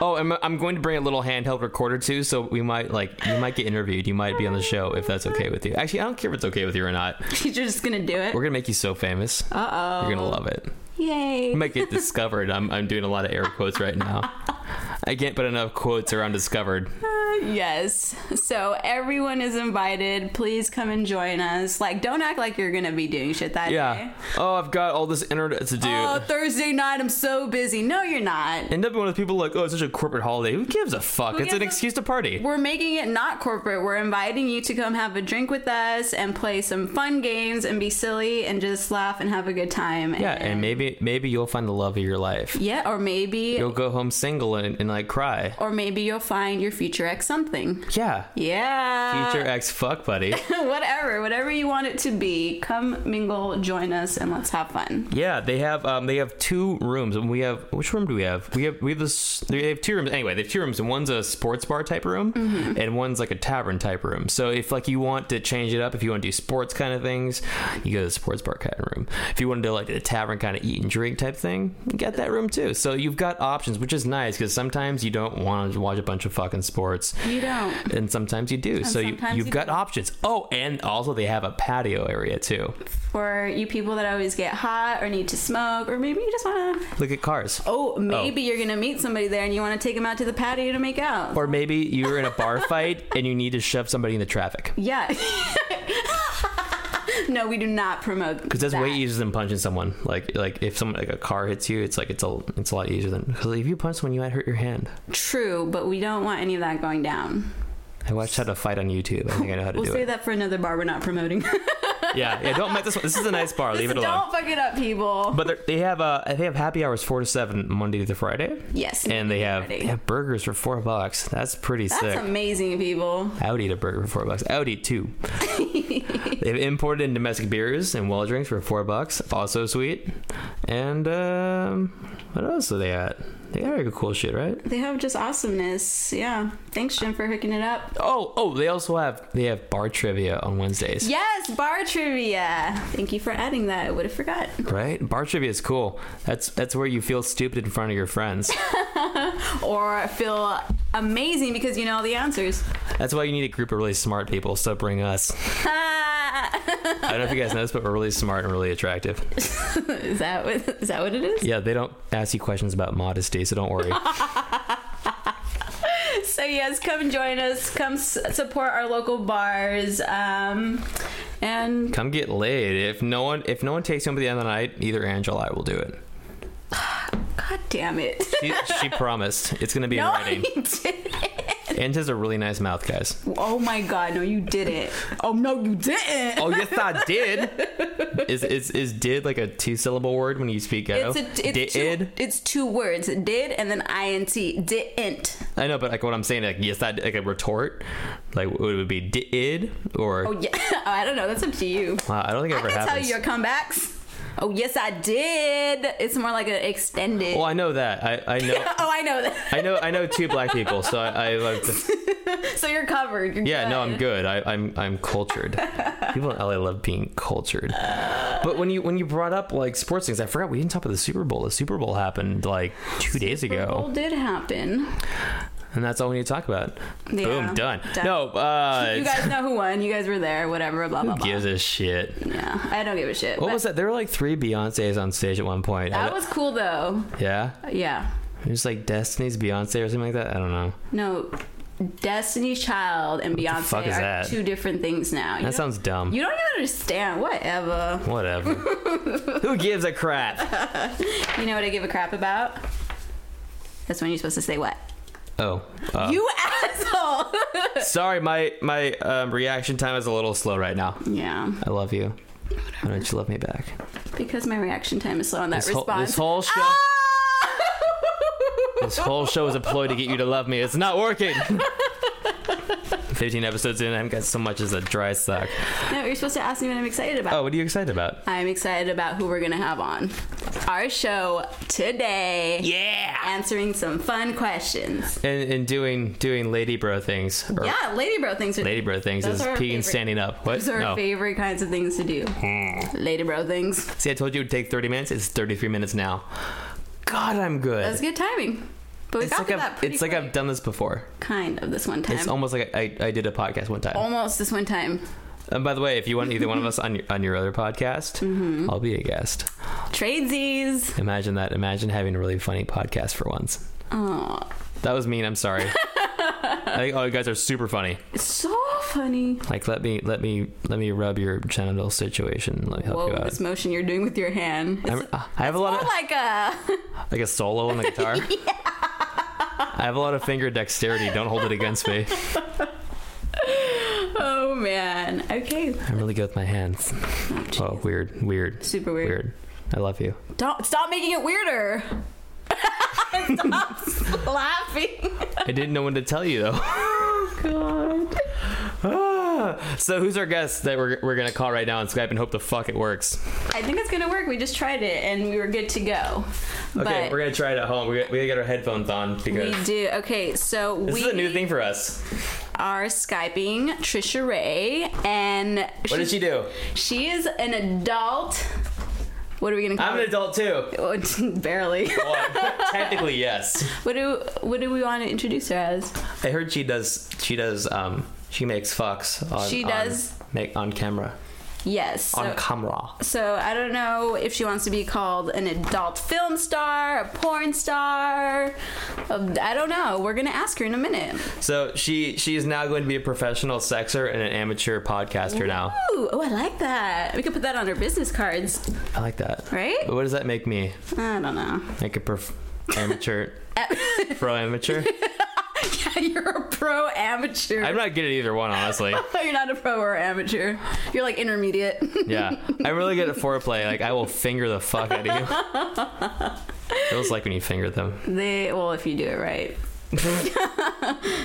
Speaker 1: oh, I'm, I'm going to bring a little handheld recorder too, so we might like you might get interviewed. You might be on the show if that's okay with you. Actually, I don't care if it's okay with you or not.
Speaker 2: You're just gonna do it.
Speaker 1: We're gonna make you so famous. Uh oh, you're gonna love it.
Speaker 2: Yay!
Speaker 1: You might get discovered. I'm I'm doing a lot of air quotes right now. I can't put enough quotes around discovered.
Speaker 2: yes. So everyone is invited. Please come and join us. Like, don't act like you're gonna be doing shit that
Speaker 1: Yeah.
Speaker 2: day.
Speaker 1: Oh, I've got all this internet to do.
Speaker 2: Oh, Thursday night, I'm so busy. No, you're not.
Speaker 1: End up being one of those people like, oh, it's such a corporate holiday. Who gives a fuck? It's
Speaker 2: gives
Speaker 1: an
Speaker 2: a-
Speaker 1: excuse to party.
Speaker 2: We're making it not corporate. We're inviting you to come have a drink with us and play some fun games and be silly and just laugh and have a good time.
Speaker 1: Yeah, and maybe maybe you'll find the love of your life.
Speaker 2: yeah, or maybe
Speaker 1: You'll go home single and, and like cry.
Speaker 2: or maybe you'll find your future ex something.
Speaker 1: Yeah.
Speaker 2: Yeah.
Speaker 1: Future ex fuck buddy.
Speaker 2: whatever, whatever you want it to be. Come mingle, join us, and let's have fun.
Speaker 1: yeah, they have um they have two rooms and we have which room do we have? We have we have this they have two rooms anyway, they have two rooms and one's a sports bar type room and one's like a tavern type room. So if like you want to change it up, if you want to do sports kind of things, you go to the sports bar kind of room. If you want to do like a tavern kind of eat and drink type thing, you got that room too. So you've got options, which is nice because sometimes you don't want to watch a bunch of fucking sports.
Speaker 2: You don't.
Speaker 1: and sometimes you do. so you,
Speaker 2: sometimes
Speaker 1: you've
Speaker 2: you
Speaker 1: got
Speaker 2: do.
Speaker 1: options. Oh, and also they have a patio area too.
Speaker 2: For you people that always get hot or need to smoke, or maybe you just want to.
Speaker 1: Look at cars.
Speaker 2: Oh, maybe you're gonna meet somebody there and you want to take them out to the patio to make out.
Speaker 1: Or maybe you're in a bar fight and you need to shove somebody in the traffic
Speaker 2: Yeah. no, we do not promote
Speaker 1: because that's way easier than punching someone. Like like if someone like a car hits you, it's like it's a it's a lot easier than because if you punch someone, you might hurt your hand.
Speaker 2: True, but we don't want any of that going down.
Speaker 1: I watched how to fight on YouTube. I think I know how to
Speaker 2: We'll
Speaker 1: do
Speaker 2: say
Speaker 1: it.
Speaker 2: that for another bar we're not promoting.
Speaker 1: yeah, yeah. Don't mess this one. This is a nice bar. Leave it alone.
Speaker 2: Don't fuck it up, people.
Speaker 1: But they're- they have uh, they have happy hours four to seven Monday to Friday.
Speaker 2: Yes,
Speaker 1: and
Speaker 2: Monday
Speaker 1: they
Speaker 2: to
Speaker 1: have
Speaker 2: Friday.
Speaker 1: they have burgers for four bucks. That's pretty
Speaker 2: That's
Speaker 1: sick.
Speaker 2: amazing, people.
Speaker 1: I would eat a burger for four bucks. I would eat two. They've imported in domestic beers and well drinks for four bucks. Also sweet. And um, what else are they at? They got cool shit, right?
Speaker 2: They have just awesomeness. Yeah. Thanks, Jim, for hooking it up.
Speaker 1: Oh, oh, they also have they have bar trivia on Wednesdays.
Speaker 2: Yes, bar trivia. Thank you for adding that. I would have forgot.
Speaker 1: Right? Bar trivia is cool. That's that's where you feel stupid in front of your friends.
Speaker 2: Or feel amazing because you know the answers.
Speaker 1: that's why you need a group of really smart people, so bring us. I don't know if you guys know this, but we're really smart and really attractive.
Speaker 2: is that what is that what it is?
Speaker 1: Yeah, they don't ask you questions about modesty, so don't worry.
Speaker 2: So yes, come join us. Come s- support our local bars. Um, and
Speaker 1: Come get laid. If no one if no one takes home at the end of the night, either Angela or I will do it.
Speaker 2: god damn it.
Speaker 1: She, she promised. It's gonna be in
Speaker 2: No,
Speaker 1: writing.
Speaker 2: you didn't.
Speaker 1: And has a really nice mouth, guys.
Speaker 2: Oh my god, no, you didn't. Oh no, you didn't.
Speaker 1: Oh yes, I did. Is is is did like a two syllable word when you speak ghetto?
Speaker 2: It's, a, it's, two,
Speaker 1: did.
Speaker 2: it's two words did and then int didn't
Speaker 1: I know, but like what I'm saying, like yes, I did, like a retort, like it would be did or
Speaker 2: oh yeah oh, i don't know that's up to you
Speaker 1: Wow, I don't think it
Speaker 2: i
Speaker 1: ever
Speaker 2: can
Speaker 1: happens.
Speaker 2: tell you your comebacks oh yes i did it's more like an extended
Speaker 1: well, I know that. Oh, I I know.
Speaker 2: oh i know that
Speaker 1: I know I know two black people, so I, I like
Speaker 2: so you're covered You're
Speaker 1: yeah. No, I'm
Speaker 2: good.
Speaker 1: good. I, I'm I'm cultured. People in LA love being cultured. But when you when you brought up like sports things, I forgot we didn't talk about the Super Bowl. The Super Bowl happened like two days ago,
Speaker 2: Bowl did happen
Speaker 1: and that's all we need to talk about.
Speaker 2: Yeah,
Speaker 1: Boom, done.
Speaker 2: done.
Speaker 1: No, uh,
Speaker 2: you guys know who won you guys were there whatever blah blah
Speaker 1: who
Speaker 2: blah
Speaker 1: gives a shit.
Speaker 2: yeah i don't give a shit
Speaker 1: What
Speaker 2: but
Speaker 1: was that? There were like three Beyonces on stage at one point. I
Speaker 2: that
Speaker 1: don't-
Speaker 2: was cool though
Speaker 1: yeah,
Speaker 2: yeah
Speaker 1: it was like Destiny's Beyonce or something like that. I don't know.
Speaker 2: No, Destiny's Child and
Speaker 1: fuck
Speaker 2: Beyonce
Speaker 1: is
Speaker 2: are
Speaker 1: that?
Speaker 2: two different things now. You,
Speaker 1: That
Speaker 2: don't,
Speaker 1: sounds dumb.
Speaker 2: you don't even understand. Whatever.
Speaker 1: Whatever. Who gives a crap?
Speaker 2: You know what I give a crap about? That's when you're supposed to say what?
Speaker 1: Oh, uh,
Speaker 2: You asshole!
Speaker 1: sorry. My my um, reaction time is a little slow right now.
Speaker 2: yeah,
Speaker 1: I love you. Why don't you love me back?
Speaker 2: because my reaction time is slow on that
Speaker 1: This whole,
Speaker 2: response. Ah!
Speaker 1: this whole show. This whole show is a ploy to get you to love me. It's not working. 15 episodes in, I haven't got so much as a dry sock.
Speaker 2: no, you're supposed to ask me what I'm excited about.
Speaker 1: Oh, what are you excited about?
Speaker 2: I'm excited about who we're gonna have on our show today.
Speaker 1: Yeah!
Speaker 2: Answering some fun questions.
Speaker 1: And, and doing doing lady bro things. Or
Speaker 2: Yeah, Lady Bro things are
Speaker 1: Oh. Lady bro things
Speaker 2: Those
Speaker 1: is
Speaker 2: are our
Speaker 1: peeing
Speaker 2: favorite.
Speaker 1: standing up. What?
Speaker 2: Those are our
Speaker 1: No. Hmm.
Speaker 2: favorite kinds of things to do. Lady Bro things.
Speaker 1: See, I told you it would take 30 minutes. It's 33 minutes now. God, I'm good.
Speaker 2: That's good timing. But we
Speaker 1: it's
Speaker 2: got
Speaker 1: like,
Speaker 2: to
Speaker 1: I've,
Speaker 2: that pretty
Speaker 1: it's like I've
Speaker 2: quick.
Speaker 1: done this before.
Speaker 2: kind of this one time.
Speaker 1: It's almost like I, I, I did a podcast one time.
Speaker 2: Almost this one time.
Speaker 1: And by the way, if you want either one of us on your, on your other podcast,
Speaker 2: Mm-hmm.
Speaker 1: I'll be a guest.
Speaker 2: Tradesies.
Speaker 1: Imagine that. Imagine having a really funny podcast for once.
Speaker 2: Oh,
Speaker 1: That was mean. I'm sorry. I think all you guys are super funny.
Speaker 2: it's so funny.
Speaker 1: Like let me let me let me rub your genital situation. Let me help
Speaker 2: Whoa,
Speaker 1: you out.
Speaker 2: this motion you're doing with your hand. It's
Speaker 1: Oh, I'm- uh, I have a lot
Speaker 2: more
Speaker 1: of
Speaker 2: like a.
Speaker 1: like a solo on the guitar. I have a lot of finger dexterity. Don't hold it against me.
Speaker 2: Oh man. Okay.
Speaker 1: I'm really good with my hands. Oh, weird, weird,
Speaker 2: Super weird.
Speaker 1: weird. I love you.
Speaker 2: Don't stop making it weirder. stop laughing.
Speaker 1: I didn't know when to tell you though.
Speaker 2: God.
Speaker 1: Ah. so who's our guest that we're, we're gonna call right now on Skype and hope the fuck it works?
Speaker 2: I think it's gonna work. We just tried it and we were good to go.
Speaker 1: Okay,
Speaker 2: but
Speaker 1: we're gonna try it at home. We got, we gotta get our headphones on because
Speaker 2: we do. Okay, so
Speaker 1: this
Speaker 2: we
Speaker 1: is a new thing for us.
Speaker 2: are skyping Trisha Ray, and
Speaker 1: What did she do?
Speaker 2: She is an adult. What are we gonna call?
Speaker 1: I'm an adult too.
Speaker 2: adult. Barely.
Speaker 1: Well, technically, yes.
Speaker 2: what do What do we want to introduce her as?
Speaker 1: I heard she does. She does. Um, she makes fucks. On,
Speaker 2: She
Speaker 1: on-
Speaker 2: does.
Speaker 1: make on camera.
Speaker 2: Yes. So,
Speaker 1: on camera.
Speaker 2: so I don't know if she wants to be called an adult film star, a porn star. um, I don't know. We're gonna ask her in a minute.
Speaker 1: So she she is now going to be a professional sexer and an amateur podcaster now.
Speaker 2: Ooh, oh, I like that. We could put that on her business cards,
Speaker 1: I like that.
Speaker 2: right?
Speaker 1: What does that make me?
Speaker 2: I don't know.
Speaker 1: Like a prof- amateur. Pro amateur.
Speaker 2: You're a pro amateur.
Speaker 1: I'm not good at either one, honestly.
Speaker 2: You're not a pro or amateur. You're like intermediate.
Speaker 1: Yeah, I'm really good at foreplay. Like I will finger the fuck out of you. Feels like when you finger them.
Speaker 2: they well, if you do it right,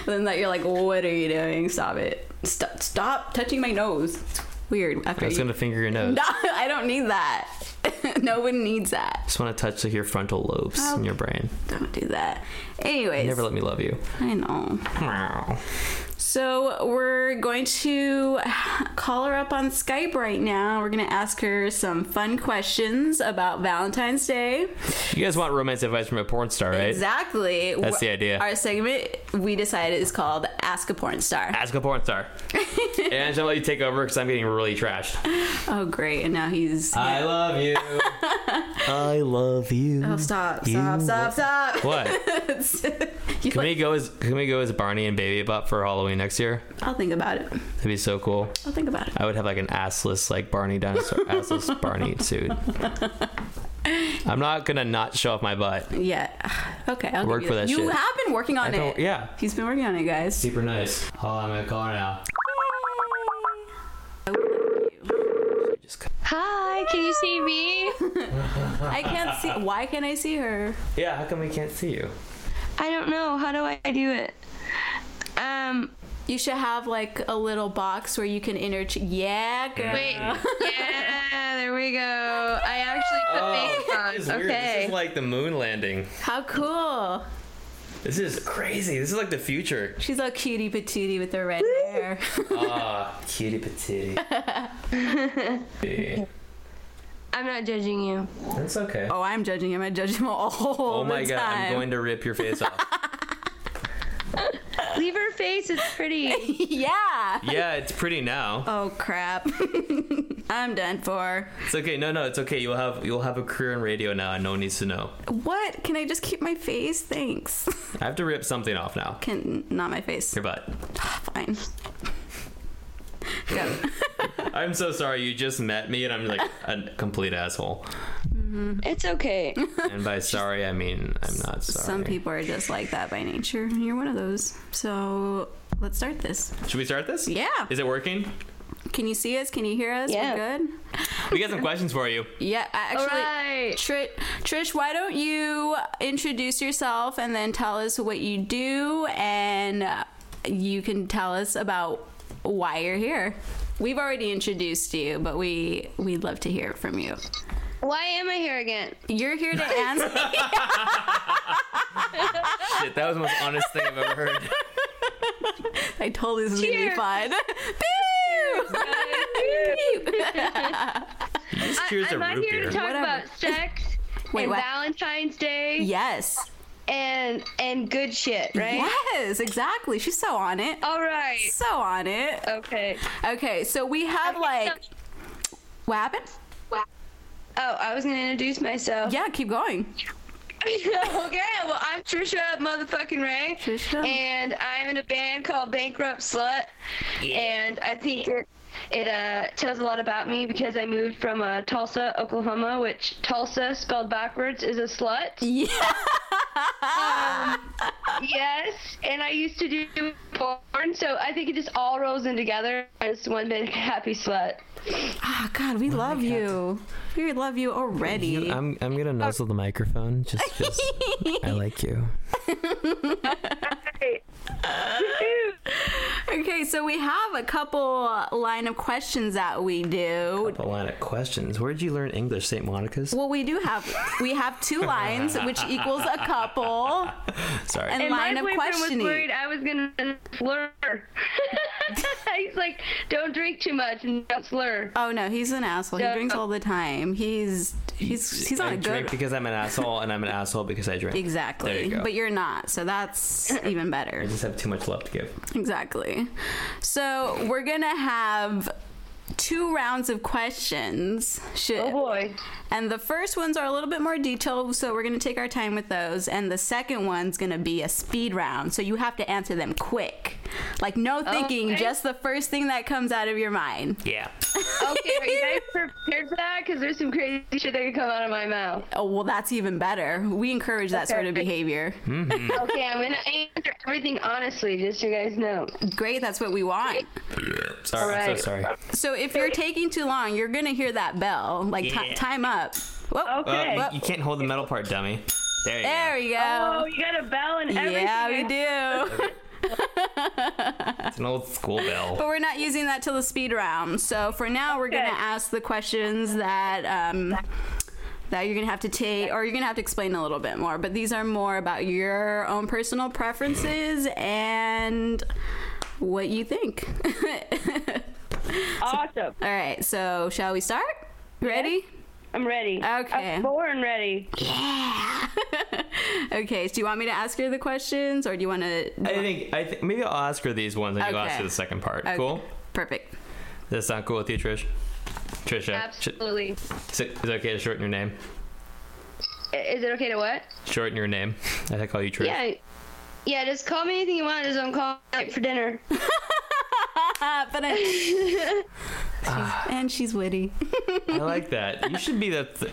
Speaker 2: then that you're like, what are you doing? Stop it. Stop, stop touching my nose. It's weird. After
Speaker 1: I was
Speaker 2: you,
Speaker 1: gonna finger your nose.
Speaker 2: No, I don't need that. no one needs that.
Speaker 1: Just want to touch like your frontal lobes in your brain.
Speaker 2: Don't do that. Anyways,
Speaker 1: Never let me love you.
Speaker 2: I know. So we're going to call her up on Skype right now. We're going to ask her some fun questions about Valentine's Day.
Speaker 1: You guys want romance advice from a porn star, right?
Speaker 2: Exactly.
Speaker 1: That's the idea.
Speaker 2: Our segment we decided is called Ask a Porn Star.
Speaker 1: Ask a porn star. and I'm let you take over because I'm getting really trashed.
Speaker 2: Oh, great. And now he's.
Speaker 1: I love you. I love you.
Speaker 2: oh, stop,
Speaker 1: Mm.
Speaker 2: stop,
Speaker 1: You-
Speaker 2: stop, stop.
Speaker 1: What?
Speaker 2: You
Speaker 1: Can we go as Can we go as Barney and Baby Butt for Halloween next year?
Speaker 2: I'll think about it.
Speaker 1: That'd be so cool.
Speaker 2: I'll think about it.
Speaker 1: I would have like an assless like Barney dinosaur assless Barney suit. I'm not gonna not show off my butt.
Speaker 2: Yeah. Okay. I'll
Speaker 1: Work
Speaker 2: give you
Speaker 1: for that
Speaker 2: You
Speaker 1: shit.
Speaker 2: have been working on
Speaker 1: I don't-
Speaker 2: it.
Speaker 1: yeah.
Speaker 2: He's been working on it, guys.
Speaker 1: Super nice. Oh, I'm gonna call her now. Just c-
Speaker 5: Hi, can you see me?
Speaker 2: I can't see. Why can't I see her?
Speaker 1: Yeah, how come we can't see you?
Speaker 5: I don't know. How do I do it? Um,
Speaker 2: You should have like a little box where you can interchange. Yeah, girl.
Speaker 5: wait. Yeah, there we go. I actually put
Speaker 1: Oh, this
Speaker 5: face
Speaker 1: is
Speaker 5: on.
Speaker 1: weird. This
Speaker 5: Okay.
Speaker 1: is like the moon landing.
Speaker 2: How cool.
Speaker 1: This is crazy. This is like the future.
Speaker 2: She's all cutie patootie with her red hair.
Speaker 1: Ah, cutie patootie. Yeah,
Speaker 5: I'm not judging you.
Speaker 1: That's okay.
Speaker 2: oh, I'm judging him. I judge him all
Speaker 1: Oh my
Speaker 2: the
Speaker 1: god, I'm
Speaker 2: time.
Speaker 1: going to rip your face off.
Speaker 5: Leave her face. It's pretty.
Speaker 2: yeah.
Speaker 1: yeah, it's pretty now.
Speaker 2: Oh crap. I'm done for.
Speaker 1: It's okay. No, no, it's okay. You'll have you'll have a career in radio now, and no one needs to know.
Speaker 2: What? Can I just keep my face? Thanks.
Speaker 1: I have to rip something off now.
Speaker 2: Can not my face.
Speaker 1: Your butt.
Speaker 2: Fine. Go.
Speaker 1: I'm so sorry. You just met me, and I'm like a complete asshole.
Speaker 5: It's okay.
Speaker 1: And by sorry, I mean I'm not sorry.
Speaker 2: Some people are just like that by nature. You're one of those. So let's start this.
Speaker 1: Should we start this?
Speaker 2: Yeah.
Speaker 1: Is it working?
Speaker 2: Can you see us? Can you hear us?
Speaker 5: Yeah.
Speaker 2: We're good?
Speaker 1: We got some questions for you.
Speaker 2: Yeah, I
Speaker 5: All
Speaker 2: actually.
Speaker 5: right.
Speaker 2: Tri- Trish, why don't you introduce yourself and then tell us what you do, and uh, you can tell us about why you're here. We've already introduced you, but we we'd love to hear from you.
Speaker 5: Why am I here again?
Speaker 2: You're here to answer.
Speaker 1: Shit, that was the most honest thing I've ever heard.
Speaker 2: I told this was gonna be
Speaker 5: Cheers.
Speaker 2: fun.
Speaker 1: Just
Speaker 5: I,
Speaker 1: cheers to
Speaker 5: I'm not
Speaker 1: root
Speaker 5: here
Speaker 1: beer.
Speaker 5: to talk
Speaker 2: Whatever.
Speaker 5: about sex
Speaker 2: Wait,
Speaker 5: and
Speaker 2: what?
Speaker 5: Valentine's Day
Speaker 2: yes.
Speaker 5: and and good shit, right?
Speaker 2: Yes, exactly. She's so on it.
Speaker 5: All right.
Speaker 2: So on it.
Speaker 5: Okay.
Speaker 2: Okay, so we have like what happened?
Speaker 5: Oh, I was gonna introduce myself.
Speaker 2: Yeah, keep going.
Speaker 5: okay, well, I'm Trisha motherfucking Ray.
Speaker 2: Trisha.
Speaker 5: And I'm in a band called Bankrupt Slut. And I think it, it uh, tells a lot about me because I moved from uh, Tulsa, Oklahoma, which Tulsa, spelled backwards, is a slut.
Speaker 2: Yeah.
Speaker 5: yes. And I used to do porn, so I think it just all rolls in together as one big happy slut.
Speaker 2: Ah, God, we love you. We love you already.
Speaker 1: I'm I'm gonna nuzzle the microphone. Just just I like you.
Speaker 2: Okay, so we have a couple line of questions that we do.
Speaker 1: A line of questions. Where did you learn English, St. Monica's?
Speaker 2: Well, we do have we have two lines, which equals a couple,
Speaker 1: Sorry.
Speaker 2: and,
Speaker 5: And
Speaker 2: line
Speaker 5: my
Speaker 2: of
Speaker 5: boyfriend was worried
Speaker 2: questioning.
Speaker 5: I was gonna slur. He's like, "Don't drink too much and don't slur."
Speaker 2: Oh no, he's an asshole. He
Speaker 5: Yeah.
Speaker 2: drinks all the time. He's he's he's
Speaker 1: I
Speaker 2: not a
Speaker 1: drink
Speaker 2: good.
Speaker 1: because I'm an asshole, and I'm an asshole because I drink.
Speaker 2: Exactly.
Speaker 1: There you go.
Speaker 2: But you're not, so that's even better.
Speaker 1: I just have too much love to give.
Speaker 2: Exactly. So we're gonna have two rounds of questions. Should,
Speaker 5: Oh boy.
Speaker 2: And the first ones are a little bit more detailed, so we're gonna take our time with those. And the second one's gonna be a speed round, so you have to answer them quick. Like no thinking,
Speaker 5: Okay.
Speaker 2: just the first thing that comes out of your mind.
Speaker 1: Yeah.
Speaker 5: Okay, are you guys prepared for that? Because there's some crazy shit that could come out of my mouth.
Speaker 2: Oh well, that's even better. We encourage that sort of
Speaker 5: Okay.
Speaker 2: behavior.
Speaker 5: Okay, I'm gonna answer everything honestly, just so you guys know.
Speaker 2: Great, that's what we want.
Speaker 1: Sorry. I'm
Speaker 5: Alright.
Speaker 1: so sorry.
Speaker 2: So if you're taking too long, you're gonna hear that bell. Like ti-
Speaker 1: Yeah.
Speaker 2: time up. Whoa,
Speaker 5: Okay.
Speaker 1: Uh, you, you can't hold the metal part, dummy. There you
Speaker 2: there
Speaker 1: go.
Speaker 2: we
Speaker 5: oh,
Speaker 2: go.
Speaker 5: you got a bell and everything.
Speaker 2: yeah, we do.
Speaker 1: It's an old school bell.
Speaker 2: but we're not using that till the speed round. So for now, we're gonna
Speaker 5: Okay.
Speaker 2: ask the questions that. Um, that you're gonna have to take, or you're gonna have to explain a little bit more. But these are more about your own personal preferences and what you think.
Speaker 5: Awesome.
Speaker 2: All right, so shall we start? Ready?
Speaker 5: I'm ready.
Speaker 2: Okay.
Speaker 5: I'm born ready.
Speaker 2: Okay, so do you want me to ask her the questions or do you want to?
Speaker 1: I think I think maybe I'll ask her these ones and you'll
Speaker 2: Okay.
Speaker 1: ask her the second part. Cool?
Speaker 2: Perfect.
Speaker 1: Does that sound cool with you, Trish? Trisha.
Speaker 5: Absolutely.
Speaker 1: Sh- Is it is it okay to shorten your name?
Speaker 5: I- Is it okay to what?
Speaker 1: Shorten your name. I call you Trish.
Speaker 5: Yeah. Yeah, just call me anything you want. Just don't call me for dinner.
Speaker 2: Uh, but I, She's-
Speaker 1: Ah.
Speaker 2: and she's witty.
Speaker 1: I like that. You should be the th-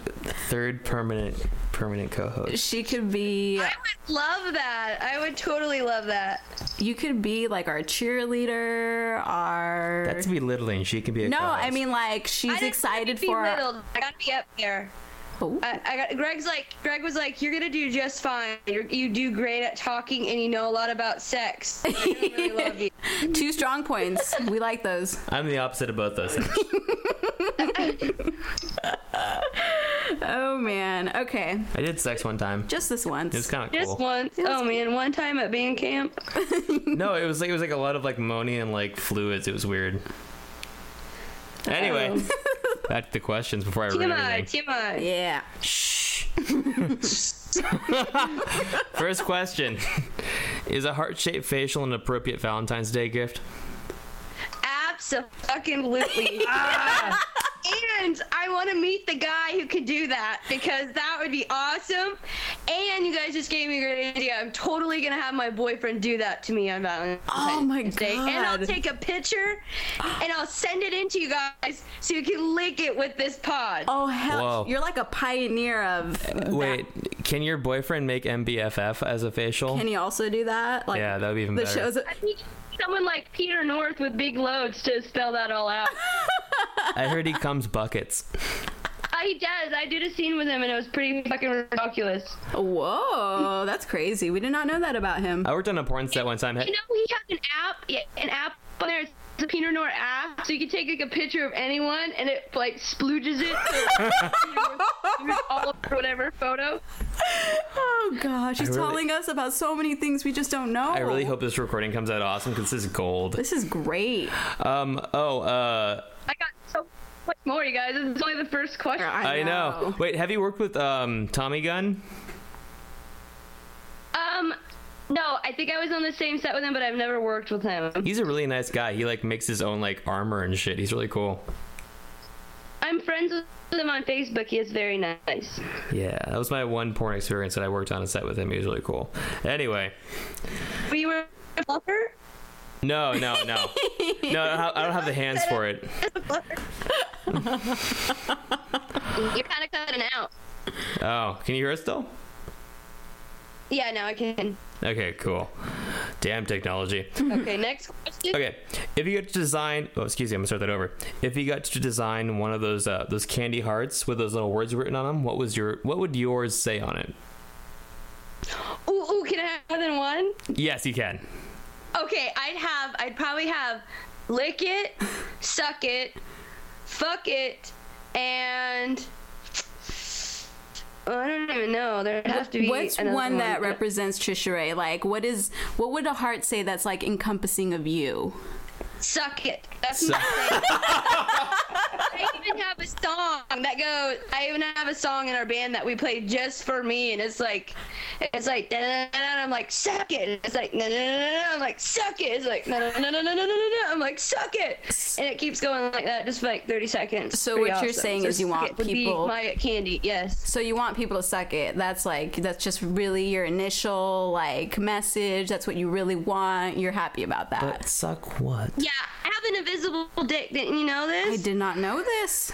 Speaker 1: third permanent permanent co-host.
Speaker 2: She could be.
Speaker 5: I would love that. I would totally love that.
Speaker 2: You could be like our cheerleader. Our
Speaker 1: That's belittling. She can be a
Speaker 2: no,
Speaker 1: co-host.
Speaker 2: I mean like
Speaker 5: I
Speaker 2: she's
Speaker 5: didn't
Speaker 2: excited
Speaker 5: wanna be Uh,
Speaker 2: for.
Speaker 5: riddled. I gotta be up there.
Speaker 2: Oh,
Speaker 5: I, I got. Greg's like. Greg was like, "You're gonna do just fine. You're, you do great at talking, and you know a lot about sex. I really love you."
Speaker 2: two strong points. we like those.
Speaker 1: I'm the opposite of both those things.
Speaker 2: Oh man. Okay,
Speaker 1: I did sex one time.
Speaker 2: just this once.
Speaker 1: It was kind of
Speaker 5: Just
Speaker 1: cool.
Speaker 5: once. Oh man, one time at band camp.
Speaker 1: No, it was like it was like a lot of like moaning and like fluids. It was weird. Anyway, back to the questions before I ruin
Speaker 5: TMI,
Speaker 1: everything.
Speaker 5: TMI.
Speaker 2: yeah.
Speaker 1: First question: Is a heart-shaped facial an appropriate Valentine's Day gift?
Speaker 5: Absolutely. And I want to meet the guy who could do that because that would be awesome. And you guys just gave me a great idea. I'm totally gonna have my boyfriend do that to me on Valentine's
Speaker 2: Oh my
Speaker 5: Day, and I'll
Speaker 2: God.
Speaker 5: take a picture and I'll send it in to you guys so you can lick it with this pod.
Speaker 2: Oh hell,
Speaker 1: Whoa.
Speaker 2: you're like a pioneer of.
Speaker 1: Wait, can your boyfriend make MBFF as a facial?
Speaker 2: Can you also do that? Like
Speaker 1: Yeah, that'd be even
Speaker 2: the
Speaker 1: better.
Speaker 2: shows.
Speaker 5: I need Someone like Peter North with big loads to spell that all out.
Speaker 1: I heard he comes buckets.
Speaker 5: Uh, he does. I did a scene with him and it was pretty fucking ridiculous.
Speaker 2: Whoa, that's crazy. We did not know that about him.
Speaker 1: I worked on a porn set one time.
Speaker 5: You know, he has an app, yeah, an app on there. It's a Pinot Noir app, so you can take like a picture of anyone, and it like splooges it to all over whatever photo.
Speaker 2: Oh gosh, she's
Speaker 1: really-
Speaker 2: telling us about so many things we just don't know.
Speaker 1: I really hope this recording comes out awesome because this is gold.
Speaker 2: this is great.
Speaker 1: Um. Oh. Uh.
Speaker 5: I got so much more, you guys. This is only the first question.
Speaker 1: I know. Wait. Have you worked with um Tommy Gunn?
Speaker 5: Um, no, I think I was on the same set with him, but I've never worked with him.
Speaker 1: He's a really nice guy. He like makes his own like armor and shit. He's really cool.
Speaker 5: I'm friends with him on Facebook. He is very nice.
Speaker 1: Yeah, that was my one porn experience that I worked on a set with him. He was really cool. Anyway,
Speaker 5: We were a fluffer.
Speaker 1: no, no, no, no. I don't have, I don't have the hands for it.
Speaker 5: You're kind of cutting out.
Speaker 1: Oh, can you hear us still?
Speaker 5: Yeah, now I can.
Speaker 1: Okay, cool. Damn technology.
Speaker 5: Okay, next question.
Speaker 1: Okay, if you got to design, oh, excuse me, I'm gonna start that over. If you got to design one of those uh, those candy hearts with those little words written on them, what was your what would yours say on it?
Speaker 5: Ooh, ooh, can I have more than one?
Speaker 1: Yes, you can.
Speaker 5: Okay, I'd have, I'd probably have lick it, suck it, fuck it, and well, I don't even know. There would have to be
Speaker 2: What's
Speaker 5: another
Speaker 2: one, that
Speaker 5: but-
Speaker 2: represents Trishere? Like, what is what would a heart say that's like encompassing of you?
Speaker 5: suck it. That's
Speaker 1: Suck-
Speaker 5: my thing. I even even have a song that goes. I even have a song in our band that we play just for me, and it's like, it's like, da, da, da, da, and I'm like, suck it. And it's like, no, no, no, no, I'm like, suck it. It's like, no, no, no, no, no, no, no, I'm like, suck it. And it keeps going like that, just for like 30 seconds.
Speaker 2: So
Speaker 5: Pretty
Speaker 2: what you're
Speaker 5: awesome.
Speaker 2: saying
Speaker 5: So
Speaker 2: is you
Speaker 5: suck
Speaker 2: want
Speaker 5: it would be
Speaker 2: people-
Speaker 5: my candy, yes.
Speaker 2: So you want people to suck it. That's like that's just really your initial like message. That's what you really want. You're happy about that.
Speaker 1: But suck what?
Speaker 5: Yeah, I have an invisible dick. Didn't you know
Speaker 2: I
Speaker 5: this?
Speaker 2: did not know this.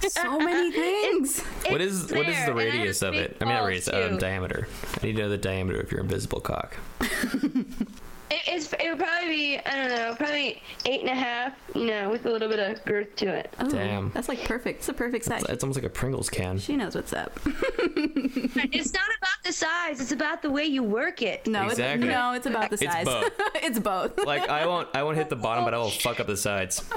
Speaker 2: So many things.
Speaker 1: What is
Speaker 5: It's
Speaker 1: what is
Speaker 5: there,
Speaker 1: the
Speaker 5: and I have
Speaker 1: radius of
Speaker 5: big
Speaker 1: it? I mean, not
Speaker 5: balls,
Speaker 1: radius, um,
Speaker 5: too.
Speaker 1: diameter. I need to know the diameter of your invisible cock.
Speaker 5: It, it's, it would probably be, I don't know, probably eight and a half, you know, with a little bit of girth to it.
Speaker 2: Oh,
Speaker 1: Damn.
Speaker 2: That's like perfect. It's a perfect size.
Speaker 1: It's almost like a Pringles can.
Speaker 2: She knows what's up.
Speaker 5: it's not about the size, it's about the way you work it.
Speaker 2: No,
Speaker 1: Exactly.
Speaker 2: it's, no, it's about the
Speaker 1: It's
Speaker 2: size.
Speaker 1: both.
Speaker 2: it's both.
Speaker 1: Like I won't I won't hit the bottom, but I will fuck up the sides.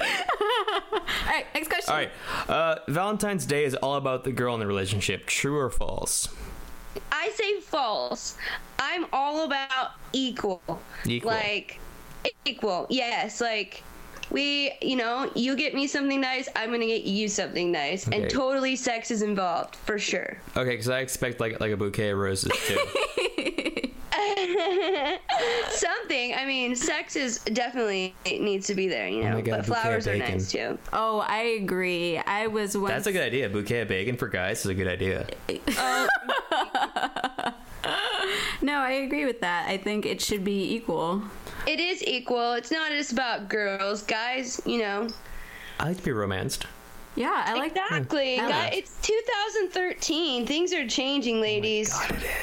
Speaker 2: All right, next question.
Speaker 1: All right. Uh, Valentine's Day is all about the girl in the relationship. True or false?
Speaker 5: I say false. I'm all about equal.
Speaker 1: Equal.
Speaker 5: Like equal. Yes, like we, you know, you get me something nice, I'm going to get you something nice.
Speaker 1: Okay.
Speaker 5: And totally sex is involved for sure.
Speaker 1: Okay, because I expect like like a bouquet of roses too.
Speaker 5: Something, I mean, sex is definitely it needs to be there, you know.
Speaker 1: Oh my God, bouquet
Speaker 5: but
Speaker 1: of
Speaker 5: flowers are
Speaker 1: bacon.
Speaker 5: nice too.
Speaker 2: Oh, I agree. I was once.
Speaker 1: That's a good idea. Bouquet of bacon for guys is a good idea.
Speaker 2: no, I agree with that. I think it should be equal.
Speaker 5: It is equal. It's not just about girls. Guys, you know.
Speaker 1: I like to be romanced.
Speaker 2: Yeah, I like that.
Speaker 5: Exactly.
Speaker 2: Yeah.
Speaker 5: Guy- it's 2013. Things are changing, ladies.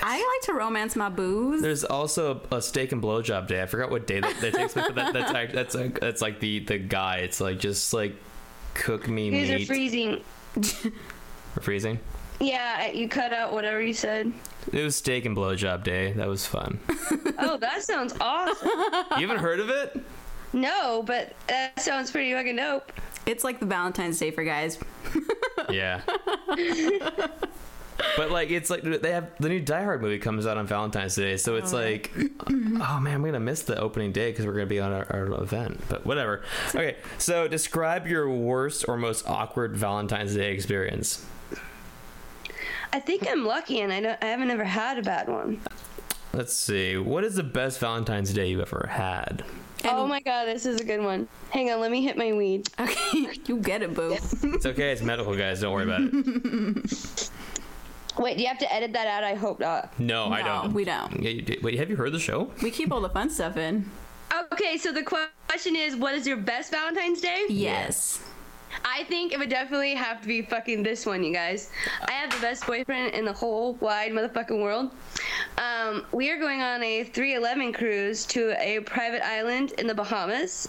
Speaker 2: I like to romance my booze.
Speaker 1: There's also a steak and blowjob day. I forgot what day that, that takes, but that, that's act- that's like, that's like the the guy. It's like just like cook me
Speaker 5: These are
Speaker 1: meat.
Speaker 5: freezing.
Speaker 1: We're freezing.
Speaker 5: Yeah, you cut out whatever you said.
Speaker 1: It was steak and blowjob day. That was fun.
Speaker 5: Oh, that sounds awesome.
Speaker 1: You haven't heard of it?
Speaker 5: No, but that sounds pretty fucking dope.
Speaker 2: It's like the Valentine's Day for guys.
Speaker 1: Yeah. but like it's like they have the new Die Hard movie comes out on Valentine's Day, so it's like, oh man, I'm gonna miss the opening day because we're gonna be on our, our event. But whatever. Okay, so describe your worst or most awkward Valentine's Day experience.
Speaker 5: I think I'm lucky, and I don't. I haven't ever had a bad one.
Speaker 1: Let's see. What is the best Valentine's Day you've ever had?
Speaker 5: oh my god, this is a good one. Hang on, let me hit my weed.
Speaker 2: Okay, you get it, boo.
Speaker 1: It's okay. It's medical, guys. Don't worry about it.
Speaker 5: Wait, do you have to edit that out? I hope not.
Speaker 1: No, I
Speaker 2: No,
Speaker 1: don't.
Speaker 2: we don't.
Speaker 1: Yeah, you did- Wait, have you heard the show?
Speaker 2: We keep all the fun stuff in.
Speaker 5: Okay, so the que- question is, what is your best Valentine's Day?
Speaker 2: Yes.
Speaker 5: I think it would definitely have to be fucking this one, you guys. I have the best boyfriend in the whole wide motherfucking world. Um, we are going on a 311 cruise to a private island in the Bahamas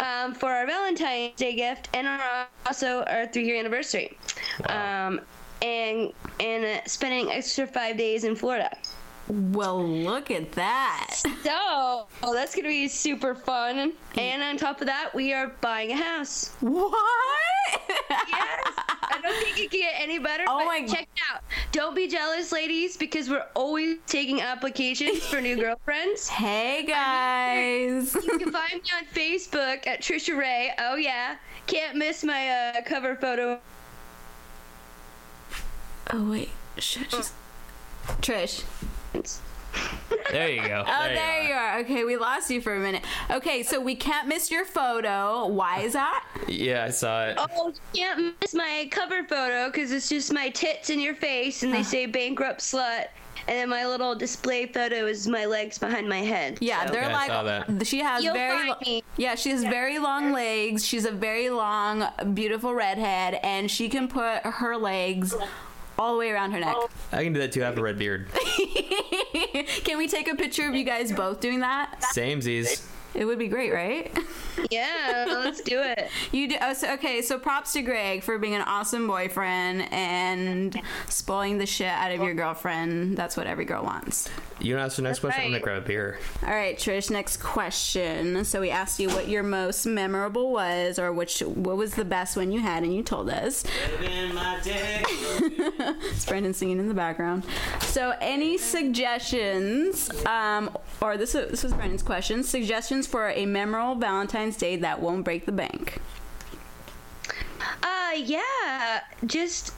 Speaker 5: um, for our Valentine's Day gift and our, also our three year anniversary. Um, and and uh, spending extra five days in Florida.
Speaker 2: Well, look at that.
Speaker 5: So oh, that's gonna be super fun. And on top of that, we are buying a house.
Speaker 2: What?
Speaker 5: yes. I don't think it can get any better.
Speaker 2: Oh
Speaker 5: but
Speaker 2: my-
Speaker 5: Check it out. Don't be jealous, ladies, because we're always taking applications for new girlfriends.
Speaker 2: Hey guys.
Speaker 5: You can find me on Facebook at Trisha Ray. Oh yeah, can't miss my uh, cover photo.
Speaker 2: Oh wait. Shit, she's- Trish.
Speaker 1: There you go.
Speaker 2: Oh, there, you, are. Okay, we lost you for a minute. Okay, so we can't miss your photo. Why is that?
Speaker 1: Yeah, I saw it.
Speaker 5: Oh, you can't miss my cover photo because it's just my tits in your face, and they say bankrupt slut. And then my little display photo is my legs behind my head.
Speaker 2: Yeah,
Speaker 5: so-
Speaker 2: they're
Speaker 1: Yeah, I
Speaker 2: like
Speaker 1: saw that.
Speaker 2: she has
Speaker 5: You'll
Speaker 2: very
Speaker 5: find
Speaker 2: lo-
Speaker 5: me.
Speaker 2: yeah she has very long legs. She's a very long, beautiful redhead, and she can put her legs all the way around her neck.
Speaker 1: I can do that too. I have a red beard.
Speaker 2: can we take a picture of you guys both doing that?
Speaker 1: Samesies.
Speaker 2: It would be great, right?
Speaker 5: yeah, let's do it.
Speaker 2: You do. Oh, so, okay, so props to Greg for being an awesome boyfriend and spoiling the shit out of your girlfriend. That's what every girl wants.
Speaker 1: You want to ask the next question? I'm gonna
Speaker 5: right.
Speaker 1: grab a beer.
Speaker 2: All right, Trish. Next question. So we asked you what your most memorable was, or which what was the best one you had, and you told us. it's Brandon singing in the background. So any suggestions? Um, or this is, this was Brandon's question. Suggestions for a memorable Valentine's Day that won't break the bank.
Speaker 5: Uh, yeah, just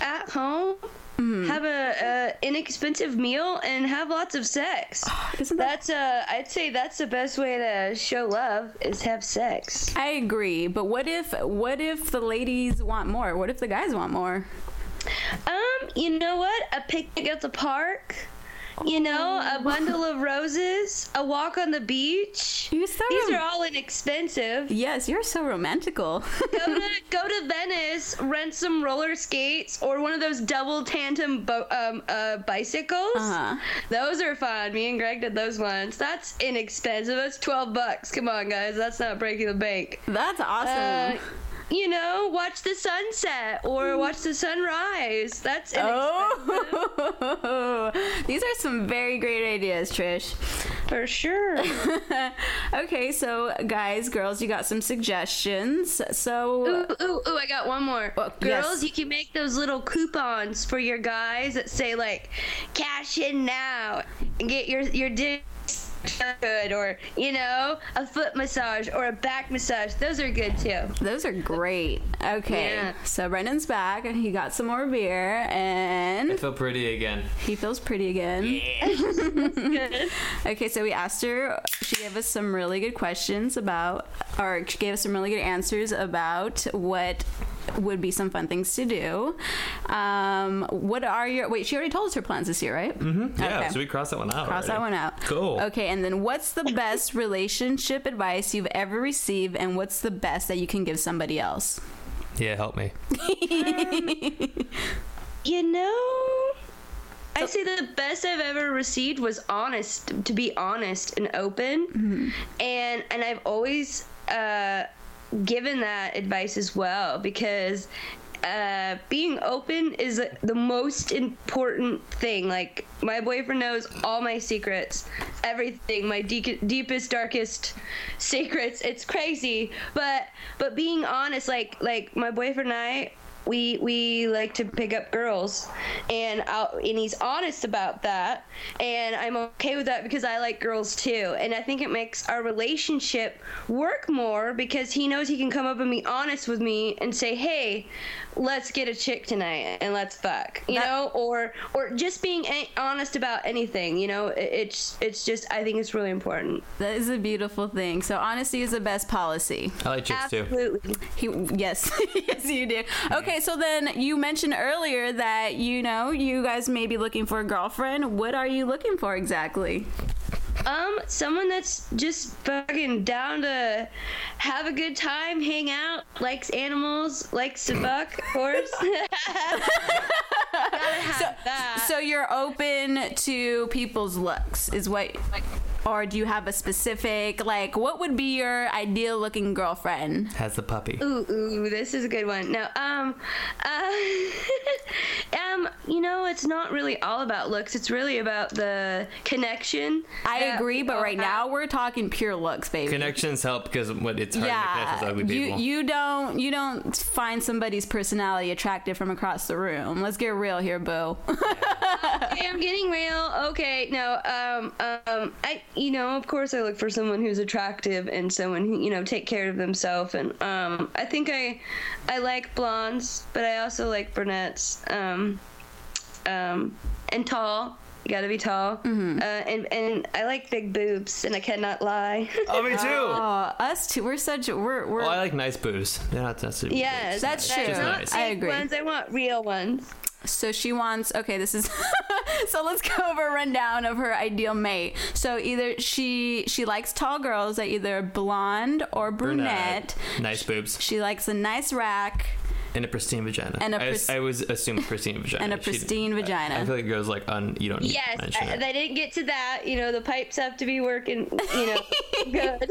Speaker 5: at home, have a, a inexpensive meal and have lots of sex.
Speaker 2: Isn't that?
Speaker 5: That's uh, I'd say that's the best way to show love is have sex.
Speaker 2: I agree, but what if what if the ladies want more? What if the guys want more?
Speaker 5: Um, you know what? A picnic at the park. You know, a bundle of roses, a walk on the beach.
Speaker 2: You're so
Speaker 5: These
Speaker 2: rom-
Speaker 5: are all inexpensive.
Speaker 2: Yes, you're so romantical.
Speaker 5: Go to go to Venice, rent some roller skates or one of those double tandem bo- um, uh, bicycles.
Speaker 2: Uh-huh.
Speaker 5: Those are fun. Me and Greg did those ones. That's inexpensive. That's twelve bucks. Come on, guys. That's not breaking the bank.
Speaker 2: That's
Speaker 5: Uh,
Speaker 2: awesome.
Speaker 5: you know, watch the sunset or watch the sunrise. That's inexpensive
Speaker 2: oh, these are some very great ideas, Trish.
Speaker 5: for sure.
Speaker 2: okay, so guys, girls, you got some suggestions. So
Speaker 5: Ooh, ooh, ooh, I got one more.
Speaker 2: Oh, yes.
Speaker 5: Girls, you can make those little coupons for your guys that say, like, cash in now and get your, your dick good or, you know, a foot massage or a back massage. Those are good too.
Speaker 2: those are great. Okay,
Speaker 5: Yeah.
Speaker 2: so Brendan's back. He got some more beer,
Speaker 1: I
Speaker 2: and
Speaker 1: feel pretty again.
Speaker 2: he feels pretty again. Okay, so we asked her. She gave us some really good questions about, or she gave us some really good answers about what would be some fun things to do. Um, what are your? Wait, she already told us her plans this year, right? Mm-hmm.
Speaker 1: Yeah, so we crossed that one out.
Speaker 2: Cross that
Speaker 1: already.
Speaker 2: one out.
Speaker 1: Cool.
Speaker 2: Okay, and then what's the best relationship advice you've ever received, and what's the best that you can give somebody else?
Speaker 1: Yeah, help me.
Speaker 5: You know, I say the best I've ever received was honest, to be honest and open, and and I've always uh, given that advice as well because uh, being open is the most important thing. Like my boyfriend knows all my secrets, everything, my de- deepest, darkest secrets. It's crazy, but but being honest, like like my boyfriend and I we we like to pick up girls and I'll, and he's honest about that and I'm okay with that because I like girls too and I think it makes our relationship work more because he knows he can come up and be honest with me and say hey let's get a chick tonight and let's fuck you know or or just being a- honest about anything you know It- it's it's just I think it's really important
Speaker 2: That is a beautiful thing. So honesty is the best policy.
Speaker 1: I like chicks too.
Speaker 5: absolutely
Speaker 2: He, yes, yes, you do. Okay, so then you mentioned earlier that you know you guys may be looking for a girlfriend. What are you looking for exactly?
Speaker 5: Um, someone that's just fucking down to have a good time, hang out, likes animals, likes to fuck, of course.
Speaker 1: Uh,
Speaker 2: So you're open to people's looks, is what? Or do you have a specific like? What would be your ideal looking girlfriend?
Speaker 1: Has the puppy.
Speaker 5: ooh, ooh, this is a good one. No, um, uh, um, you know, it's not really all about looks. It's really about the connection.
Speaker 2: I
Speaker 5: that
Speaker 2: agree,
Speaker 5: we
Speaker 2: but
Speaker 5: all
Speaker 2: right
Speaker 5: have.
Speaker 1: Uh-huh.
Speaker 2: now we're talking pure looks, baby.
Speaker 1: Connections help because what it's hard to connect with ugly
Speaker 2: you
Speaker 1: people.
Speaker 2: you don't you don't find somebody's personality attractive from across the room. Let's get real here, boo.
Speaker 5: Okay, I'm getting real. Okay, no, um, um, I, you know, of course, I look for someone who's attractive and someone who, you know, take care of themselves. And um, I think I, I like blondes, but I also like brunettes. Um, um, and tall. You gotta be tall.
Speaker 2: Mm-hmm.
Speaker 5: Uh, and and I like big boobs, and I cannot lie.
Speaker 1: oh, me too.
Speaker 2: Aw, us too. We're such we're we're.
Speaker 1: well, I like nice boobs. They're not that's super
Speaker 5: yes,
Speaker 2: That's
Speaker 5: I
Speaker 2: true.
Speaker 5: want
Speaker 1: Nice.
Speaker 5: fake
Speaker 2: I agree.
Speaker 5: Ones. I want real ones.
Speaker 2: So she wants. Okay, this is. so let's go over a rundown of her ideal mate. So either she she likes tall girls that either blonde or brunette.
Speaker 1: brunette. Nice boobs.
Speaker 2: She likes a nice rack
Speaker 1: And a pristine vagina.
Speaker 2: And a
Speaker 1: I
Speaker 2: pris-
Speaker 1: was- I was assuming pristine vagina.
Speaker 2: and a
Speaker 1: She-
Speaker 2: pristine vagina.
Speaker 1: I feel like it goes like un. You don't need
Speaker 5: Yes,
Speaker 1: to mention
Speaker 5: I,
Speaker 1: it.
Speaker 5: they didn't get to that. You know, the pipes have to be working. You know, good.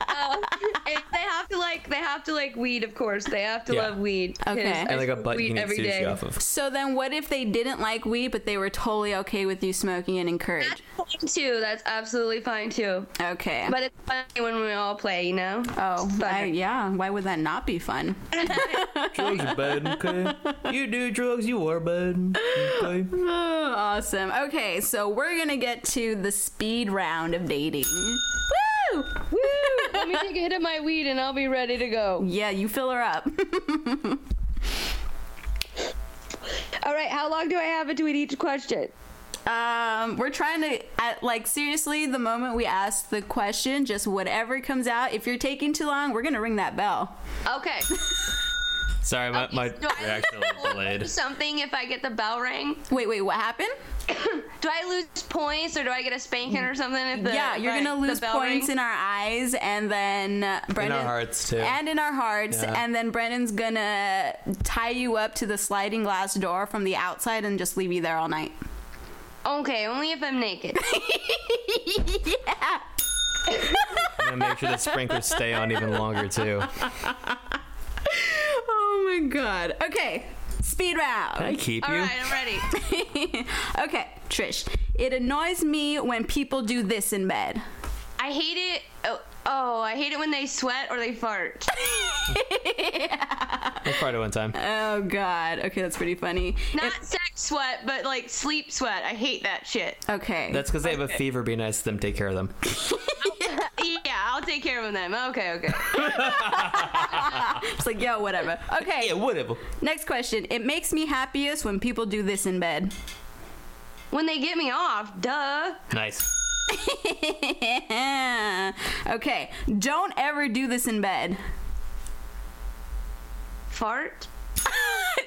Speaker 5: Um, and they have to like they have to like weed, of course. They have to
Speaker 1: Yeah.
Speaker 5: love weed. 'cause
Speaker 2: Okay.
Speaker 5: I
Speaker 2: And,
Speaker 1: and like a
Speaker 5: smoke
Speaker 1: butt you
Speaker 5: weed
Speaker 1: can eat
Speaker 5: every
Speaker 1: sushi
Speaker 5: day.
Speaker 1: off of.
Speaker 2: so then, what if they didn't like weed, but they were totally okay with you smoking and encouraged?
Speaker 5: That's fine too. That's absolutely fine too.
Speaker 2: Okay.
Speaker 5: But it's funny when we all play. You know.
Speaker 2: oh,
Speaker 5: It's
Speaker 2: I,
Speaker 5: funner.
Speaker 2: yeah. Why would that not be fun?
Speaker 1: drugs are bad, okay? You do drugs, you are bad. Okay?
Speaker 2: Oh, awesome. Okay, so we're gonna get to the speed round of dating. Woo! Woo!
Speaker 5: Let me take a hit of my weed and I'll be ready to go.
Speaker 2: Yeah, you fill her up.
Speaker 6: how long do I have between each question?
Speaker 2: Um, we're trying to at, like seriously. The moment we ask the question, just whatever comes out. If you're taking too long, we're gonna ring that bell.
Speaker 5: Okay.
Speaker 1: Sorry, my, my
Speaker 5: Do I-
Speaker 1: reaction was delayed.
Speaker 5: Something if I get the bell ring.
Speaker 2: Wait, wait, what happened?
Speaker 5: Do I lose points or do I get a spanking or something? If the,
Speaker 2: Mm. yeah, you're
Speaker 5: if I-
Speaker 2: gonna
Speaker 5: the
Speaker 2: lose
Speaker 5: bell
Speaker 2: points
Speaker 5: rings?
Speaker 2: in our eyes, and then uh, Brendan
Speaker 1: hearts, too.
Speaker 2: and in our hearts,
Speaker 1: Yeah.
Speaker 2: and then Brendan's gonna tie you up to the sliding glass door from the outside and just leave you there all night.
Speaker 5: okay, only if I'm naked.
Speaker 2: yeah.
Speaker 1: I'm gonna make sure the sprinklers stay on even longer too.
Speaker 2: Oh my god. Okay, speed round.
Speaker 1: I keep
Speaker 5: All
Speaker 1: you.
Speaker 5: right, I'm ready.
Speaker 2: okay, Trish. It annoys me when people do this in bed.
Speaker 5: I hate it. Oh, oh, I hate it when they sweat or they fart.
Speaker 1: I farted one time.
Speaker 2: Oh god. Okay, that's pretty funny.
Speaker 5: Not sex sweat, but like sleep sweat. I hate that shit.
Speaker 2: Okay.
Speaker 1: That's because they have a fever. Be nice to them. Take care of them.
Speaker 5: Yeah, I'll take care of them. Okay, okay.
Speaker 2: It's like, yo, whatever. Okay.
Speaker 1: Yeah, whatever.
Speaker 2: Next question. It makes me happiest when people do this in bed.
Speaker 5: When they get me off, duh.
Speaker 1: Nice.
Speaker 2: okay. Don't ever do this in bed.
Speaker 5: Fart.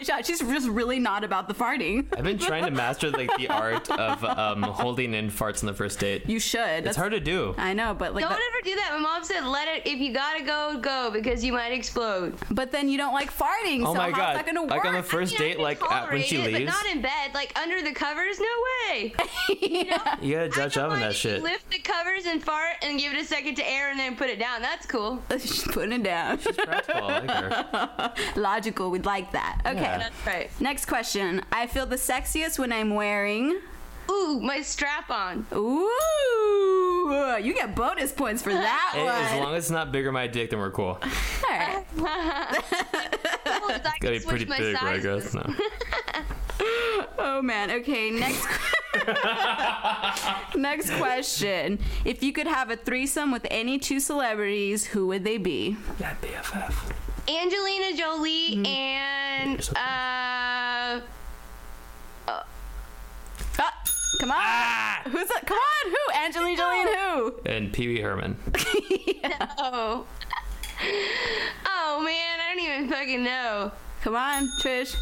Speaker 2: Yeah, She's just really not about the farting.
Speaker 1: I've been trying to master like the art of um, holding in farts on the first date.
Speaker 2: You should.
Speaker 1: It's hard to do.
Speaker 2: I know, but like,
Speaker 5: Don't
Speaker 2: the-
Speaker 5: ever do that. My mom said, let it. If you gotta go, go because you might explode.
Speaker 2: but then you don't like farting.
Speaker 1: Oh
Speaker 2: so
Speaker 1: my
Speaker 2: how's
Speaker 1: god!
Speaker 2: that gonna work?
Speaker 1: like on the first
Speaker 5: I mean, I
Speaker 1: date,
Speaker 5: can
Speaker 1: like at, when
Speaker 5: tolerate
Speaker 1: she
Speaker 5: it, but
Speaker 1: leaves,
Speaker 5: not in bed, like under the covers. No way.
Speaker 1: you gotta judge
Speaker 5: I
Speaker 1: up
Speaker 5: don't
Speaker 1: on
Speaker 5: mind
Speaker 1: that
Speaker 5: if
Speaker 1: shit.
Speaker 5: You lift the covers and fart and give it a second to air and then put it down. That's cool.
Speaker 2: She's putting it down.
Speaker 1: Practical, I like her.
Speaker 2: Logical. We'd like that. Okay.
Speaker 1: Yeah.
Speaker 5: That's right.
Speaker 2: Next question. I feel the sexiest when I'm wearing.
Speaker 5: Ooh, my strap on.
Speaker 2: Ooh, you get bonus points for that
Speaker 1: Hey, As
Speaker 2: one.
Speaker 1: long as it's not bigger my dick, then we're cool. It's
Speaker 2: All right.
Speaker 5: Gotta
Speaker 1: gotta be pretty big, right, guys? No.
Speaker 2: Oh man. Okay. Next. next question. If you could have a threesome with any two celebrities, who would they be?
Speaker 1: That BFF.
Speaker 5: Angelina Jolie and
Speaker 1: It's okay.
Speaker 5: uh,
Speaker 2: Ah, come on.
Speaker 1: Ah!
Speaker 2: Who's that? Come on. Who? Angelina Jolie and who?
Speaker 1: And Pee Wee Herman.
Speaker 5: oh, oh man, I don't even fucking know.
Speaker 2: Come on, Trish.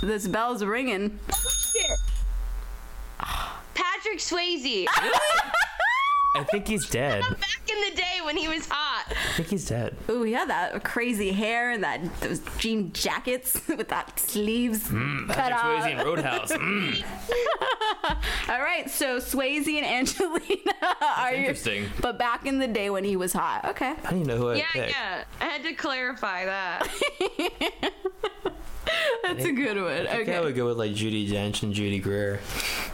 Speaker 2: This bell's ringing.
Speaker 5: Shit. Patrick Swayze.
Speaker 1: I think he's dead.
Speaker 5: Back in the day when he was hot.
Speaker 1: I think he's dead.
Speaker 2: Ooh, he had that crazy hair and that those jean jackets with that sleeves cut
Speaker 1: Patrick
Speaker 2: off.
Speaker 1: Hmm, Swayze in Roadhouse. Mm,
Speaker 2: All right, so Swayze and Angelina are your-
Speaker 1: interesting.
Speaker 2: but back in the day when he was hot. Okay.
Speaker 1: I don't even know who I
Speaker 5: Yeah,
Speaker 1: picked.
Speaker 5: yeah. I had to clarify that.
Speaker 2: That's a good one.
Speaker 1: I think I would go with like Judy Dench and Judy Greer,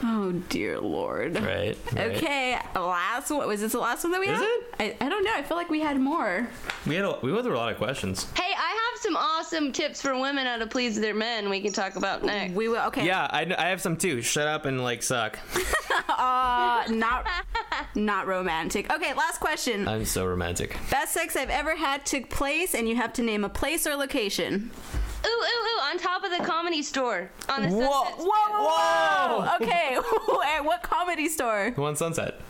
Speaker 2: Oh dear lord.
Speaker 1: right? Right.
Speaker 2: Okay, last one. Was this the last one that we
Speaker 1: Is
Speaker 2: had?
Speaker 1: it?
Speaker 2: I, I don't know. I feel like we had more.
Speaker 1: We had a, we went through a lot of questions.
Speaker 5: hey, I have some awesome tips for women how to please their men we can talk about next.
Speaker 2: We will. Okay.
Speaker 1: Yeah, I, kn- I have some too. Shut up and like suck.
Speaker 2: Uh, not not romantic. Okay, last question.
Speaker 1: I'm so romantic.
Speaker 2: Best sex I've ever had took place, and you have to name a place or location.
Speaker 5: Ooh, ooh, ooh, on top of the comedy store. On the
Speaker 1: Whoa,
Speaker 5: Sunset.
Speaker 2: Whoa! Whoa! whoa. Okay. At what comedy store?
Speaker 1: Who wants sunset?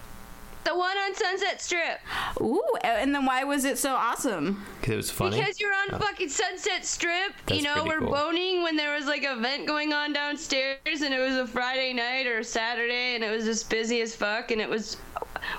Speaker 5: The one on Sunset Strip.
Speaker 2: Ooh. And then why was it so awesome?
Speaker 1: Because it was funny.
Speaker 5: Because you're on fucking Sunset Strip,
Speaker 1: That's
Speaker 5: you know,
Speaker 1: pretty
Speaker 5: we're
Speaker 1: cool.
Speaker 5: boning when there was like a event going on downstairs and it was a Friday night or a Saturday and it was just busy as fuck and it was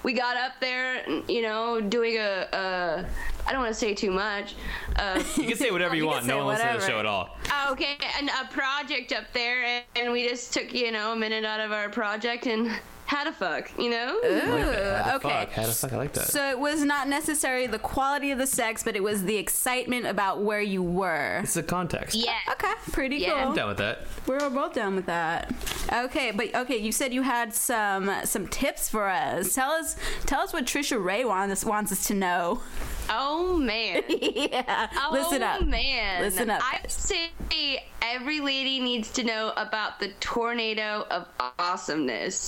Speaker 5: we got up there, you know, doing a, a I don't want to say too much. Uh,
Speaker 1: you can say whatever you,
Speaker 2: You can
Speaker 1: want. No
Speaker 2: say
Speaker 1: one listens to the show
Speaker 2: whatever.
Speaker 1: at all.
Speaker 5: oh, okay, and a project up there and, and we just took, you know, a minute out of our project and had a fuck, you know?
Speaker 1: How the
Speaker 2: okay.
Speaker 1: Fuck, how the fuck? I like that.
Speaker 2: So it was not necessarily the quality of the sex, but it was the excitement about where you were.
Speaker 1: it's the context.
Speaker 5: Yeah.
Speaker 2: Okay, pretty
Speaker 5: Yeah.
Speaker 1: I'm
Speaker 2: cool.
Speaker 1: down with that.
Speaker 2: We're both down with that. Okay, but okay, you said you had some some tips for us. Tell us tell us what Trisha Ray wants wants us to know.
Speaker 5: Oh man.
Speaker 2: yeah.
Speaker 5: Oh,
Speaker 2: Listen up.
Speaker 5: man.
Speaker 2: Listen up.
Speaker 5: I would say every lady needs to know about the tornado of awesomeness.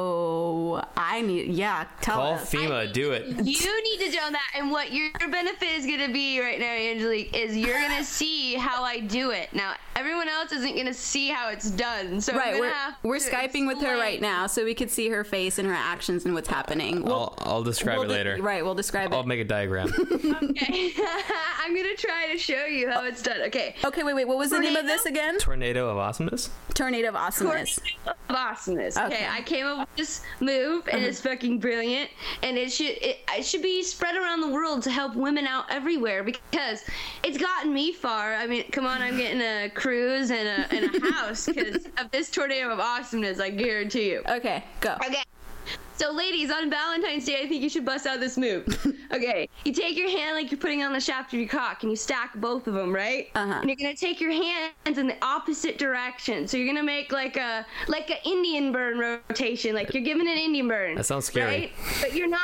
Speaker 2: Whoa. I need. Yeah. Tell
Speaker 1: Call
Speaker 2: us.
Speaker 1: FEMA. Do it.
Speaker 5: You need to know that, and what your benefit is going to be right now, Angelique, is you're going to see how I do it. Now, everyone else isn't going to see how it's done, so
Speaker 2: Right,
Speaker 5: I'm
Speaker 2: we're,
Speaker 5: gonna have
Speaker 2: we're
Speaker 5: to
Speaker 2: skyping with her
Speaker 5: explain.
Speaker 2: right now, so we could see her face and her actions and what's happening. We'll,
Speaker 1: I'll, I'll describe
Speaker 2: we'll
Speaker 1: it
Speaker 2: de-
Speaker 1: later.
Speaker 2: right, we'll describe
Speaker 1: I'll
Speaker 2: it.
Speaker 1: make a diagram.
Speaker 5: Okay. I'm going to try to show you how it's done. Okay.
Speaker 2: Okay, wait, wait. What was the name of this again?
Speaker 1: Tornado of awesomeness.
Speaker 2: Tornado of awesomeness.
Speaker 5: Awesomeness. Okay.
Speaker 2: Okay.
Speaker 5: I came up with this move, and it's fucking brilliant. And it should it, it should be spread around the world to help women out everywhere because it's gotten me far. I mean, come on, I'm getting a cruise and a, and a house because of this tornado of awesomeness. I guarantee you.
Speaker 2: Okay, go.
Speaker 5: Okay. So, ladies, on Valentine's Day, I think you should bust out this move. okay. You take your hand like you're putting on the shaft of your cock and you stack both of them, right?
Speaker 2: Uh-huh.
Speaker 5: And you're going to take your hands in the opposite direction. So, you're going to make like a like an Indian burn rotation, like you're giving an Indian burn.
Speaker 1: That sounds scary.
Speaker 5: Right? But you're not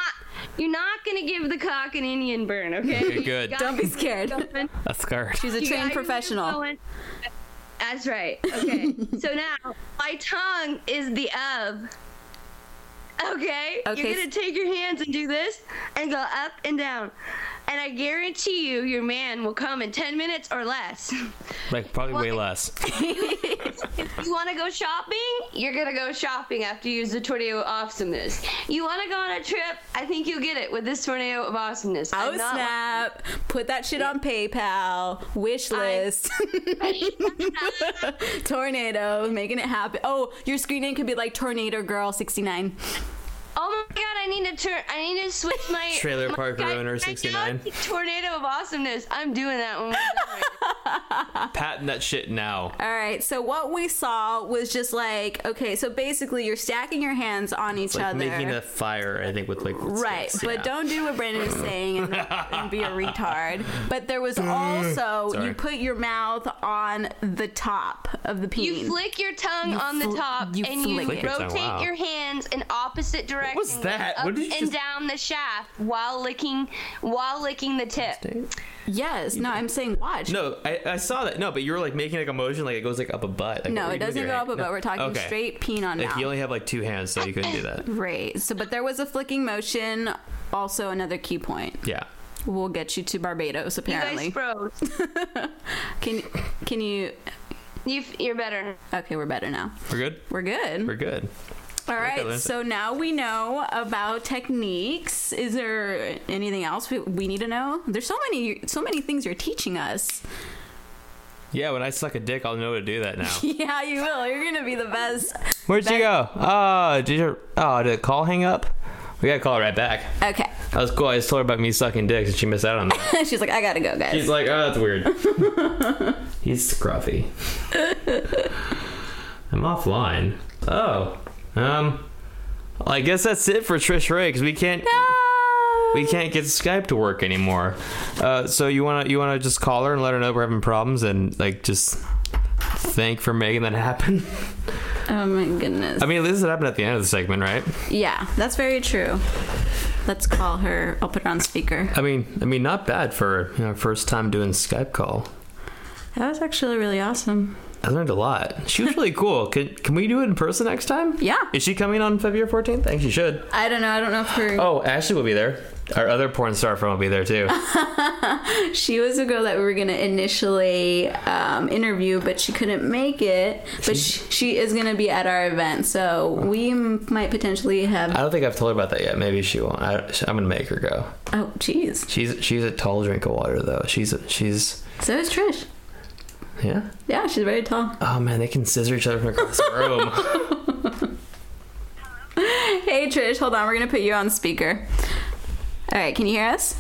Speaker 5: you're not going to give the cock an Indian burn, okay?
Speaker 1: Okay, good.
Speaker 5: You
Speaker 2: Don't be scared.
Speaker 5: got-
Speaker 1: That's scarred.
Speaker 2: She's a
Speaker 5: you
Speaker 2: trained
Speaker 5: gotta remember
Speaker 2: professional.
Speaker 5: going- That's right. Okay. so now my tongue is the of. Okay?
Speaker 2: Okay.
Speaker 5: You're gonna take your hands and do this and go up and down. And I guarantee you your man will come in ten minutes or less.
Speaker 1: Like probably way less.
Speaker 5: You want to go shopping? You're going to go shopping after you use the tornado of awesomeness. You want to go on a trip? I think you'll get it with this tornado of awesomeness.
Speaker 2: Oh
Speaker 5: I'm not-
Speaker 2: snap! Put that shit on PayPal. Wish list. tornado, making it happen. Oh, your screen name could be like Tornado Girl sixty nine.
Speaker 5: Oh my god, I need to turn. I need to switch my
Speaker 1: Trailer
Speaker 5: my
Speaker 1: Park
Speaker 5: guy
Speaker 1: Ruiner
Speaker 5: right
Speaker 1: 69.
Speaker 5: now to Tornado of awesomeness. I'm doing that one.
Speaker 1: Patent that shit now.
Speaker 2: All right. So what we saw was just like okay. So basically, you're stacking your hands on each
Speaker 1: Like
Speaker 2: other.
Speaker 1: making a fire, I think, with like
Speaker 2: Right,
Speaker 1: sticks,
Speaker 2: but
Speaker 1: yeah.
Speaker 2: don't do what Brandon is saying and, and be a retard. But there was also
Speaker 1: Sorry.
Speaker 2: you put your mouth on the top of the penis.
Speaker 5: You flick your tongue on the
Speaker 2: fl-
Speaker 5: top,
Speaker 2: you
Speaker 5: and
Speaker 2: flick
Speaker 5: you
Speaker 2: Flick
Speaker 1: your tongue,
Speaker 5: rotate
Speaker 1: wow.
Speaker 5: your hands in opposite directions.
Speaker 1: was that?
Speaker 5: Up
Speaker 1: What did you
Speaker 5: and
Speaker 1: just-
Speaker 5: down the shaft while licking, while licking the tip.
Speaker 2: yes. No, I'm saying watch.
Speaker 1: No, I, I saw that. No, but you were like making like a motion, like it goes like up a butt. Like, what
Speaker 2: No,
Speaker 1: were
Speaker 2: it
Speaker 1: you doing
Speaker 2: doesn't
Speaker 1: there?
Speaker 2: go up a
Speaker 1: No.
Speaker 2: butt. We're talking
Speaker 1: Okay.
Speaker 2: straight peen on
Speaker 1: Like
Speaker 2: mouth.
Speaker 1: you only have like two hands, so you couldn't do that.
Speaker 2: Right. So, but there was a flicking motion. Also, another key point.
Speaker 1: Yeah.
Speaker 2: We'll get you to Barbados.
Speaker 5: You
Speaker 2: Apparently,
Speaker 5: guys froze.
Speaker 2: can can you?
Speaker 5: You, you're better.
Speaker 2: Okay, we're better now.
Speaker 1: We're good?
Speaker 2: We're good.
Speaker 1: We're good.
Speaker 2: All right.
Speaker 1: Lindsay.
Speaker 2: So now we know about techniques. Is there anything else we, we need to know? There's so many so many things you're teaching us.
Speaker 1: Yeah, when I suck a dick, I'll know to do that now.
Speaker 2: Yeah, you will. You're gonna be the best.
Speaker 1: Where'd you go? Oh, did your oh did the call hang up? We gotta call her right back.
Speaker 2: Okay.
Speaker 1: That was cool. I just told her about me sucking dicks and she missed out on that.
Speaker 2: She's like, I gotta go, guys.
Speaker 1: He's like, oh, that's weird. He's scruffy. I'm offline. Oh, um, well, I guess that's it for Trish Ray because we can't we can't get Skype to work anymore. Uh, so you wanna you wanna just call her and let her know we're having problems and like just thank for making that happen.
Speaker 2: Oh my goodness.
Speaker 1: I mean, this is what happened at the end of the segment, right?
Speaker 2: Yeah, that's very true. Let's call her. I'll put her on speaker.
Speaker 1: I mean, I mean, not bad for you know, first time doing Skype call.
Speaker 2: That was actually really awesome.
Speaker 1: I learned a lot. She was really cool. Can can we do it in person next time?
Speaker 2: Yeah.
Speaker 1: Is she coming on February 14th? I think she should.
Speaker 2: I don't know. I don't know if her.
Speaker 1: Oh, Ashley will be there. Our other porn star friend will be there too.
Speaker 2: She was a girl that we were gonna initially um, interview, but she couldn't make it. But she, she is gonna be at our event, so we m- might potentially have.
Speaker 1: I don't think I've told her about that yet. Maybe she won't. I, I'm gonna make her go.
Speaker 2: Oh, jeez.
Speaker 1: She's she's a tall drink of water though. She's she's
Speaker 2: So is Trish.
Speaker 1: yeah.
Speaker 2: Yeah, she's very tall.
Speaker 1: Oh man, they can scissor each other from across the room.
Speaker 2: Hey, Trish. Hold on. We're gonna put you on speaker. All right. Can you hear us?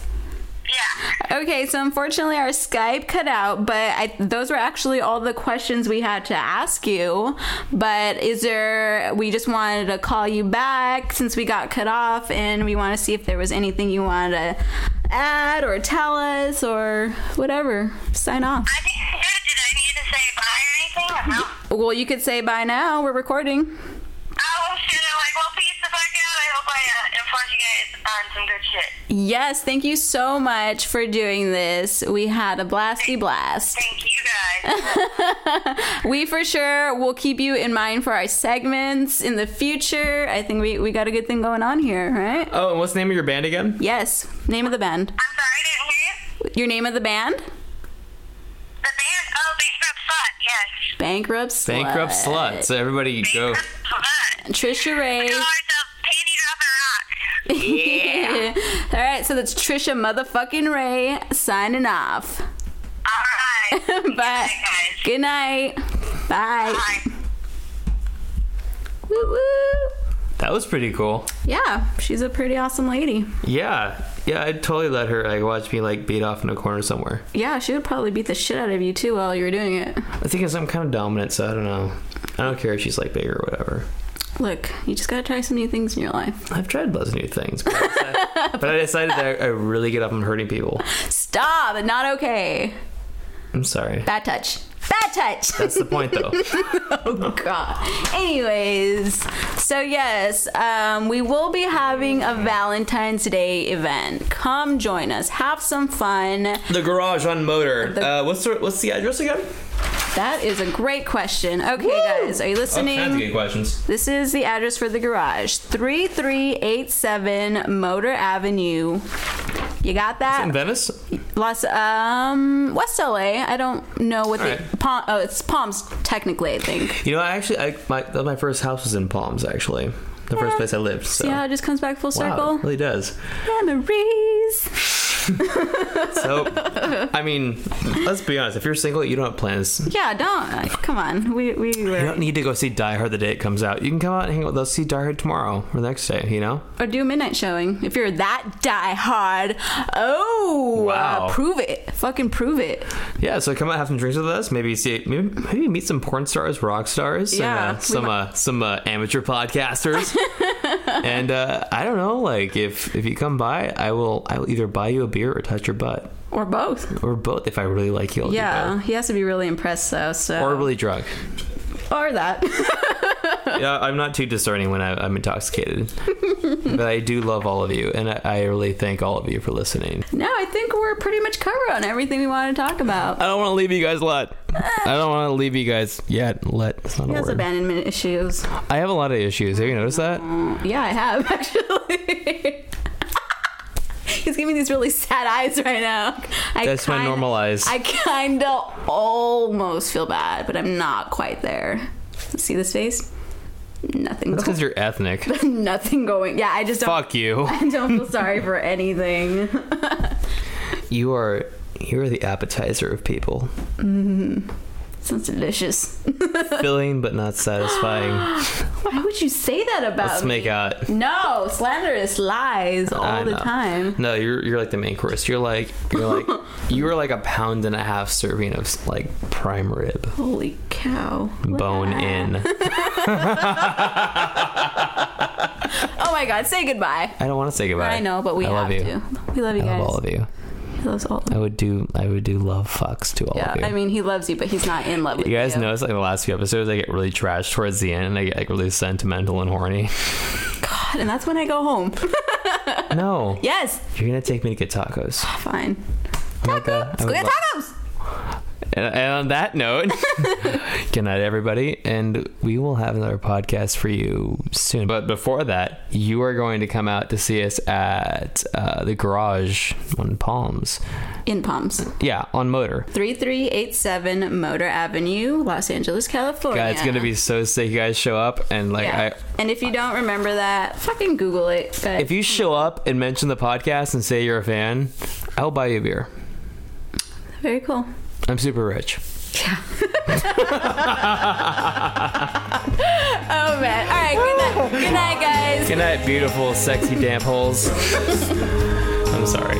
Speaker 2: Yeah. Okay, so unfortunately our Skype cut out, but I, those were actually all the questions we had to ask you. But is there, we just wanted to call you back since we got cut off and we want to see if there was anything you wanted to add or tell us or whatever. Sign off.
Speaker 7: I think- Did I need to say bye or anything? Or no?
Speaker 2: Well, you could say bye now. We're recording.
Speaker 7: Oh, well, shit. I'm like, well, peace the fuck out. I hope I uh, informed you guys uh, on some good shit.
Speaker 2: Yes, thank you so much for doing this. We had a blasty blast.
Speaker 7: Thank you guys.
Speaker 2: We for sure will keep you in mind for our segments in the future. I think we, we got a good thing going on here, right?
Speaker 1: Oh, and what's the name of your band again?
Speaker 2: Yes, name of the band.
Speaker 7: I'm sorry, I didn't hear you.
Speaker 2: Your name of the band?
Speaker 7: The band, oh, Bankrupt Slut, yes.
Speaker 2: Bankrupt Slut.
Speaker 1: Bankrupt Slut. So everybody go.
Speaker 7: Bankrupt Slut.
Speaker 2: Trisha Ray.
Speaker 7: Call herself Panty Dropping Rock.
Speaker 2: Yeah. All right, so that's Trisha motherfucking Ray signing off. Bye.
Speaker 7: Alright. guys.
Speaker 2: Good night. Bye.
Speaker 7: Bye.
Speaker 2: Woo woo.
Speaker 1: That was pretty cool.
Speaker 2: Yeah, she's a pretty awesome lady.
Speaker 1: Yeah, yeah. I'd totally let her like watch me like beat off in a corner somewhere.
Speaker 2: Yeah, she would probably beat the shit out of you too while you were doing it.
Speaker 1: I think I'm kind of dominant, so I don't know. I don't care if she's like big or whatever.
Speaker 2: Look, you just gotta try some new things in your life.
Speaker 1: I've tried lots of new things, but I decided, but I decided that I really get up on hurting people.
Speaker 2: Stop! Not okay.
Speaker 1: I'm sorry.
Speaker 2: Bad touch. Bad touch. Oh,
Speaker 1: That's the point, though.
Speaker 2: God. Anyways, so yes, um, we will be having a Valentine's Day event. Come join us. Have some fun.
Speaker 1: the garage on motor. Uh, what's the what's the address again?
Speaker 2: That is a great question. Okay, guys, are you listening?
Speaker 1: good questions.
Speaker 2: This is the address for the garage 3387 Motor Avenue. You got
Speaker 1: In
Speaker 2: that?
Speaker 1: Venice.
Speaker 2: Los um West LA. I don't know what the
Speaker 1: Alright.
Speaker 2: Palm, oh it's Palms technically I think.
Speaker 1: You know, I actually, I, my that- my first house was in Palms. Actually, the first place I lived. So.
Speaker 2: See how it just comes back full
Speaker 1: Wow,
Speaker 2: circle.
Speaker 1: it really does.
Speaker 2: Memories.
Speaker 1: So, I mean, let's be honest. If you're single, you don't have plans.
Speaker 2: Yeah, don't like, come on. We we
Speaker 1: You
Speaker 2: were
Speaker 1: don't need to go see Die Hard the day it comes out. You can come out and hang out with us, see Die Hard tomorrow or the next day, you know?
Speaker 2: or do a midnight showing if you're that die hard. Oh,
Speaker 1: Wow.
Speaker 2: uh, prove it. Fucking prove it.
Speaker 1: Yeah, so come out, have some drinks with us. Maybe see, maybe, maybe meet some porn stars, rock stars, and,
Speaker 2: Yeah,
Speaker 1: uh,
Speaker 2: we
Speaker 1: some
Speaker 2: might-
Speaker 1: uh, some uh, amateur podcasters. and uh, I don't know, like if if you come by, I will I will either buy you a beer or touch your butt
Speaker 2: Or both.
Speaker 1: or both if I really like you. I'll do
Speaker 2: Yeah,
Speaker 1: both.
Speaker 2: he has to be really impressed though. So
Speaker 1: or really drunk.
Speaker 2: or that.
Speaker 1: yeah, I'm not too discerning when I, I'm intoxicated, but I do love all of you, and I, I really thank all of you for listening.
Speaker 2: No, I think we're pretty much covered on everything we want to talk about.
Speaker 1: I don't want to leave you guys let. I don't want to leave you guys yet. Let. It's not
Speaker 2: He
Speaker 1: a
Speaker 2: has
Speaker 1: word.
Speaker 2: abandonment issues.
Speaker 1: I have a lot of issues. Have you noticed that?
Speaker 2: Yeah, I have actually. He's giving me these really sad eyes right now. I
Speaker 1: That's my
Speaker 2: kind-
Speaker 1: normal eyes.
Speaker 2: I kind of almost feel bad, but I'm not quite there. See this face? Nothing.
Speaker 1: That's because
Speaker 2: Go-
Speaker 1: you're ethnic.
Speaker 2: nothing going. Yeah, I just don't.
Speaker 1: Fuck you.
Speaker 2: I don't feel sorry for anything.
Speaker 1: You are. You are the appetizer of people,
Speaker 2: Sounds delicious.
Speaker 1: filling but not satisfying.
Speaker 2: Why would you say that about
Speaker 1: Let's
Speaker 2: me?
Speaker 1: make out.
Speaker 2: No, slanderous lies all
Speaker 1: I
Speaker 2: the
Speaker 1: know.
Speaker 2: time.
Speaker 1: No, you're you're like the main course. You're like you're like you are like a pound and a half serving of like prime rib,
Speaker 2: Holy cow.
Speaker 1: bone in.
Speaker 2: Oh my god, say goodbye.
Speaker 1: I don't want to say goodbye.
Speaker 2: I know, but we
Speaker 1: I love
Speaker 2: have
Speaker 1: you.
Speaker 2: to. We love you
Speaker 1: I
Speaker 2: guys.
Speaker 1: love all of you.
Speaker 2: He loves all of
Speaker 1: I would do. I would do love fucks to all
Speaker 2: Yeah,
Speaker 1: of you.
Speaker 2: I mean, he loves you, but he's not in love with
Speaker 1: You
Speaker 2: you.
Speaker 1: guys notice like the last few episodes, I get really trash towards the end, and I get like really sentimental and horny.
Speaker 2: God, and that's when I go home.
Speaker 1: No,
Speaker 2: yes,
Speaker 1: you're gonna take me to get tacos.
Speaker 2: fine.
Speaker 1: I'm like, uh, I
Speaker 2: Go
Speaker 1: would
Speaker 2: get
Speaker 1: love-
Speaker 2: tacos.
Speaker 1: and, and on that note, good night, everybody, and we will have another podcast for you soon. But before that, you are going to come out to see us at uh, the garage on Palms.
Speaker 2: In Palms,
Speaker 1: Yeah, on Motor.
Speaker 2: 3387 Motor Avenue, Los Angeles, California.
Speaker 1: God, it's gonna be so sick. You guys show up and like I.
Speaker 2: Yeah. and if you don't remember that, fucking Google it. But
Speaker 1: If you show up and mention the podcast and say you're a fan, I'll buy you a beer.
Speaker 2: Very cool.
Speaker 1: I'm super rich.
Speaker 2: Oh man. All right. Good night. Good night, guys.
Speaker 1: Good night, beautiful, sexy damp holes. I'm sorry.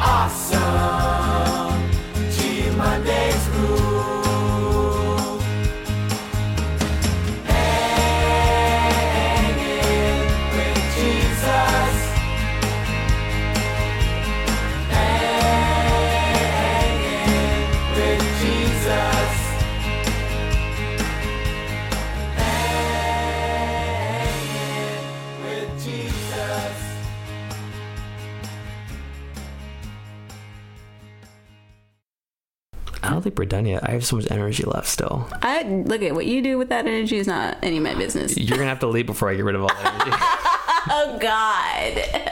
Speaker 3: awesome. G Monday's rule. Hanging with Jesus. Hanging with Jesus. Hanging with Jesus.
Speaker 1: I don't think we're done yet. I have so much energy left still.
Speaker 2: I look at what you do with that energy is not any of my business.
Speaker 1: You're gonna have to leave before I get rid of all that energy.
Speaker 2: Oh God.